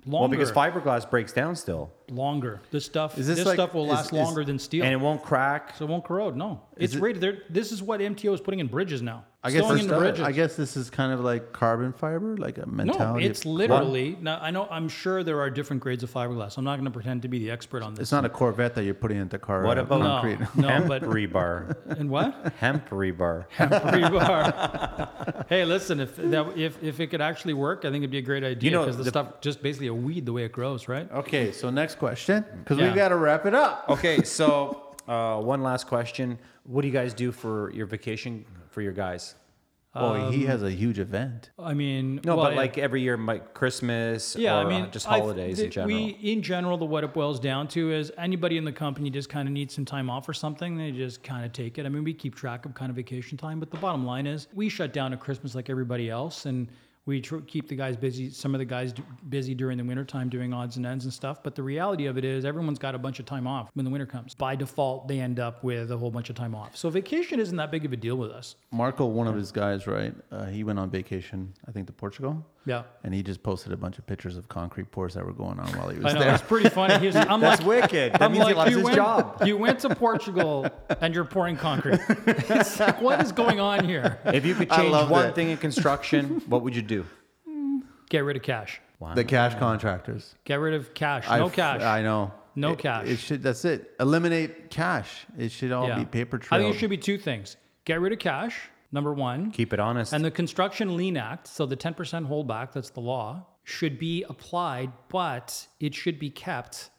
C: Longer.
B: Well, because fiberglass breaks down still,
C: longer. This stuff,
A: Is
C: this,
A: this like-
C: stuff will
A: is-
C: last
A: is-
C: longer than steel.
B: and it won't crack.
C: so it won't corrode. No, it's
A: it-
C: rated. There, this is what MTO is putting in bridges now.
A: I
C: It's
A: guess,
C: going
A: this,
C: into bridges.
A: I guess this is kind of like carbon fiber, like a
C: no,
A: mentality.
C: it's literally. Now I know. I'm sure there are different grades of fiberglass. I'm not going to pretend to be the expert on this.
A: It's not a Corvette that you're putting into car.
B: What
A: uh,
B: about-
C: no,
A: concrete?
C: no,
B: hemp
C: but (laughs)
B: rebar.
C: and what?
B: Hemp rebar.
C: Rebar. hey, listen. If that if, if it could actually work, I think it'd be a great idea.
B: know,
C: because the,
B: the-
C: stuff just basically a weed the way it grows, right?
A: (laughs) Okay, so next question, because
C: Yeah.
A: we got to wrap it up.
B: Okay, so uh, one last question. What do you guys do for your vacation for your guys?
C: Um,
A: Boy, he has a huge event.
C: I mean,
B: No,
C: well,
B: but like every year, like Christmas
C: Yeah,
B: or
C: I mean,
B: uh, just
C: I-
B: holidays in
C: th-
B: general.
C: (laughs) We, in general, the what it boils down to is anybody in the company just kind of needs some time off or something. They just kind of take it. I mean, we keep track of kind of vacation time, but the bottom line is we shut down at Christmas like everybody else, and we tr- keep the guys busy. Some of the guys d- busy during the wintertime doing odds and ends and stuff. But the reality of it is, everyone's got a bunch of time off when the winter comes. By default, they end up with a whole bunch of time off. So vacation isn't that big of a deal with us.
A: Marco, one of his guys, right? Uh, he went on vacation, I think, to Portugal,
C: Yeah.
A: and he just posted a bunch of pictures of concrete pours that were going on while he was
C: I know
A: there.
C: it's pretty funny.
B: (laughs)
C: He was, I'm
B: That's
C: like,
B: wicked. That
C: I'm
B: means he
C: like,
B: lost
C: you
B: his
C: went,
B: job.
C: (laughs) You went to Portugal and you're pouring concrete. It's like, what is going on here?
B: If
C: (laughs)
B: you could
A: I
B: change
A: love
B: one
A: that.
B: thing in construction, what would you do?
C: Get rid of cash.
A: The cash contractors.
C: Get rid of cash.
A: I
C: No
A: f-
C: cash.
A: I know.
C: No
A: It-
C: cash.
A: It should. That's it. Eliminate cash. It should all
C: Yeah.
A: be paper
C: I
A: trail.
C: think it should be two things. Get rid of cash, number one.
B: Keep it honest.
C: And the Construction Lien Act, so the 10% holdback, that's the law, should be applied, but it should be kept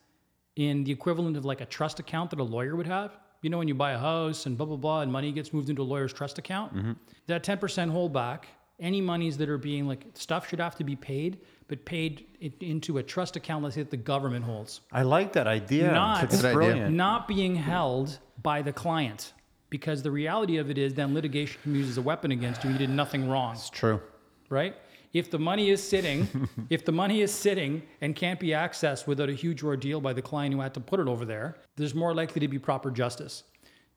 C: in the equivalent of like a trust account that a lawyer would have. You know, when you buy a house and blah, blah, blah, and money gets moved into a lawyer's trust account, that 10% holdback, any monies that are being like stuff should have to be paid, but paid it into a trust account, let's say that the government holds
B: I like that idea.
C: Not-
B: it's
A: Good idea.
B: brilliant.
C: not being held by the client because the reality of it is then litigation can be used as a weapon against you you did nothing wrong
A: true.
C: right if the money is sitting
B: (laughs)
C: if the money is sitting and can't be accessed without a huge ordeal by the client who had to put it over there there's more likely to be proper justice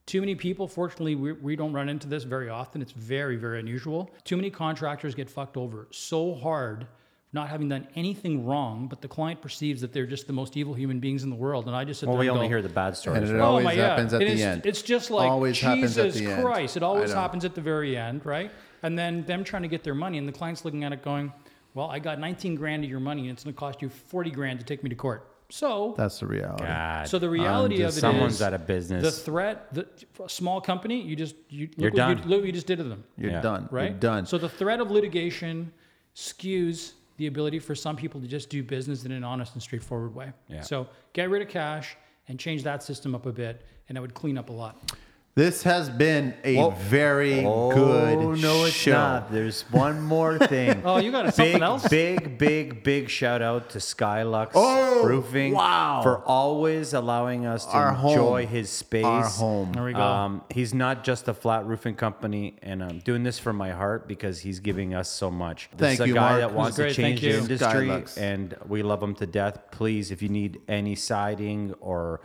C: too many people fortunately we, we don't run into this very often it's very very unusual too many contractors get fucked over so hard not having done anything wrong but the client perceives that they're just the most evil human beings in the world and i just sit
B: Well,
C: there
B: we
C: and
B: only
C: go,
B: hear the bad
A: And
B: stories.
A: it
B: right?
A: always
C: oh my
A: happens
C: yeah.
A: at
C: It
A: the
C: is-
A: end.
C: It's just like
A: always
C: Jesus
A: happens at the end.
C: Christ. It always
A: I know.
C: happens at the very end, right? And then them trying to get their money, and the client's looking at it going, "Well, I got 19 grand of your money, and it's going to cost you 40 grand to take me to court." So,
A: That's the reality.
B: God.
C: so the reality of it
A: just-
C: is
B: someone's out of
C: the
B: business.
C: threat. The for a small company, you just you,
B: You're
C: look what
B: done.
C: You, look what you just did to them
A: You're
B: Yeah.
A: done.
C: right?
A: You're done.
C: So the threat of litigation skews the ability for some people to just do business in an honest and straightforward way.
B: Yeah.
C: So get rid of cash and change that system up a bit, and it would clean up a lot.
A: this has been a
B: Whoa.
A: very
B: oh
A: good
B: no, it's
A: show.
B: not. There's one more thing.
C: (laughs) Oh,
A: (laughs)
C: you got something
B: big,
C: else?
B: big, big, big shout out to Skylux
A: Oh,
B: Roofing
A: wow.
B: for always allowing us to
A: Our home.
B: enjoy his space.
A: Our home.
C: There we go.
B: Um, he's not just a flat roofing company, and I'm doing this from my heart because he's giving us so much.
A: Thank
B: This is a
A: you,
B: guy
A: Mark.
B: that wants to
C: great.
B: change
C: Thank you.
B: the industry,
A: Skylux.
B: and we love him to death. Please, if you need any siding or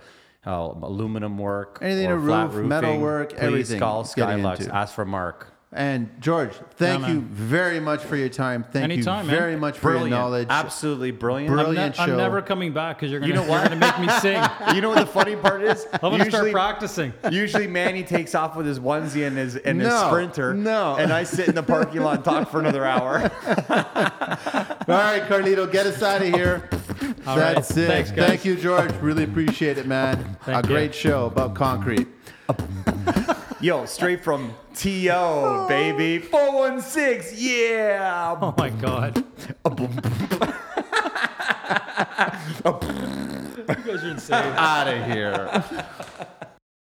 B: uh, aluminum work,
A: Anything
B: or
A: to
B: flat
A: roof, metal
B: roofing,
A: work,
B: please
A: everything
B: Call
A: it's getting
B: Skylux.
A: into.
B: Ask for Mark.
A: And George, thank
C: Yeah,
A: you
C: man.
A: very much for your time. Thank
C: Anytime,
A: you
C: man.
A: very much for your knowledge.
B: Absolutely brilliant.
A: Brilliant.
C: I'm,
A: show.
C: never coming back because you're gonna you are gonna make me
A: (laughs)
C: sing.
B: (laughs)
C: I'm
B: You know what the funny part
C: (laughs)
B: is? I'm
C: gonna start practicing.
B: Usually Manny takes off with his onesie and his and his
A: No,
B: sprinter.
A: no.
B: And I sit in the parking lot and talk for
A: (laughs)
B: another hour.
A: All right, Carlito, get us out of here.
C: All right.
A: That's it.
C: Thanks, guys.
A: Thank you, George. Really appreciate it, man.
C: Thank
A: a
C: you.
A: great show about concrete.
B: Yo, straight from TO,
C: (laughs)
B: baby. 416, yeah.
C: Oh my god. you guys are insane.
B: Out of here.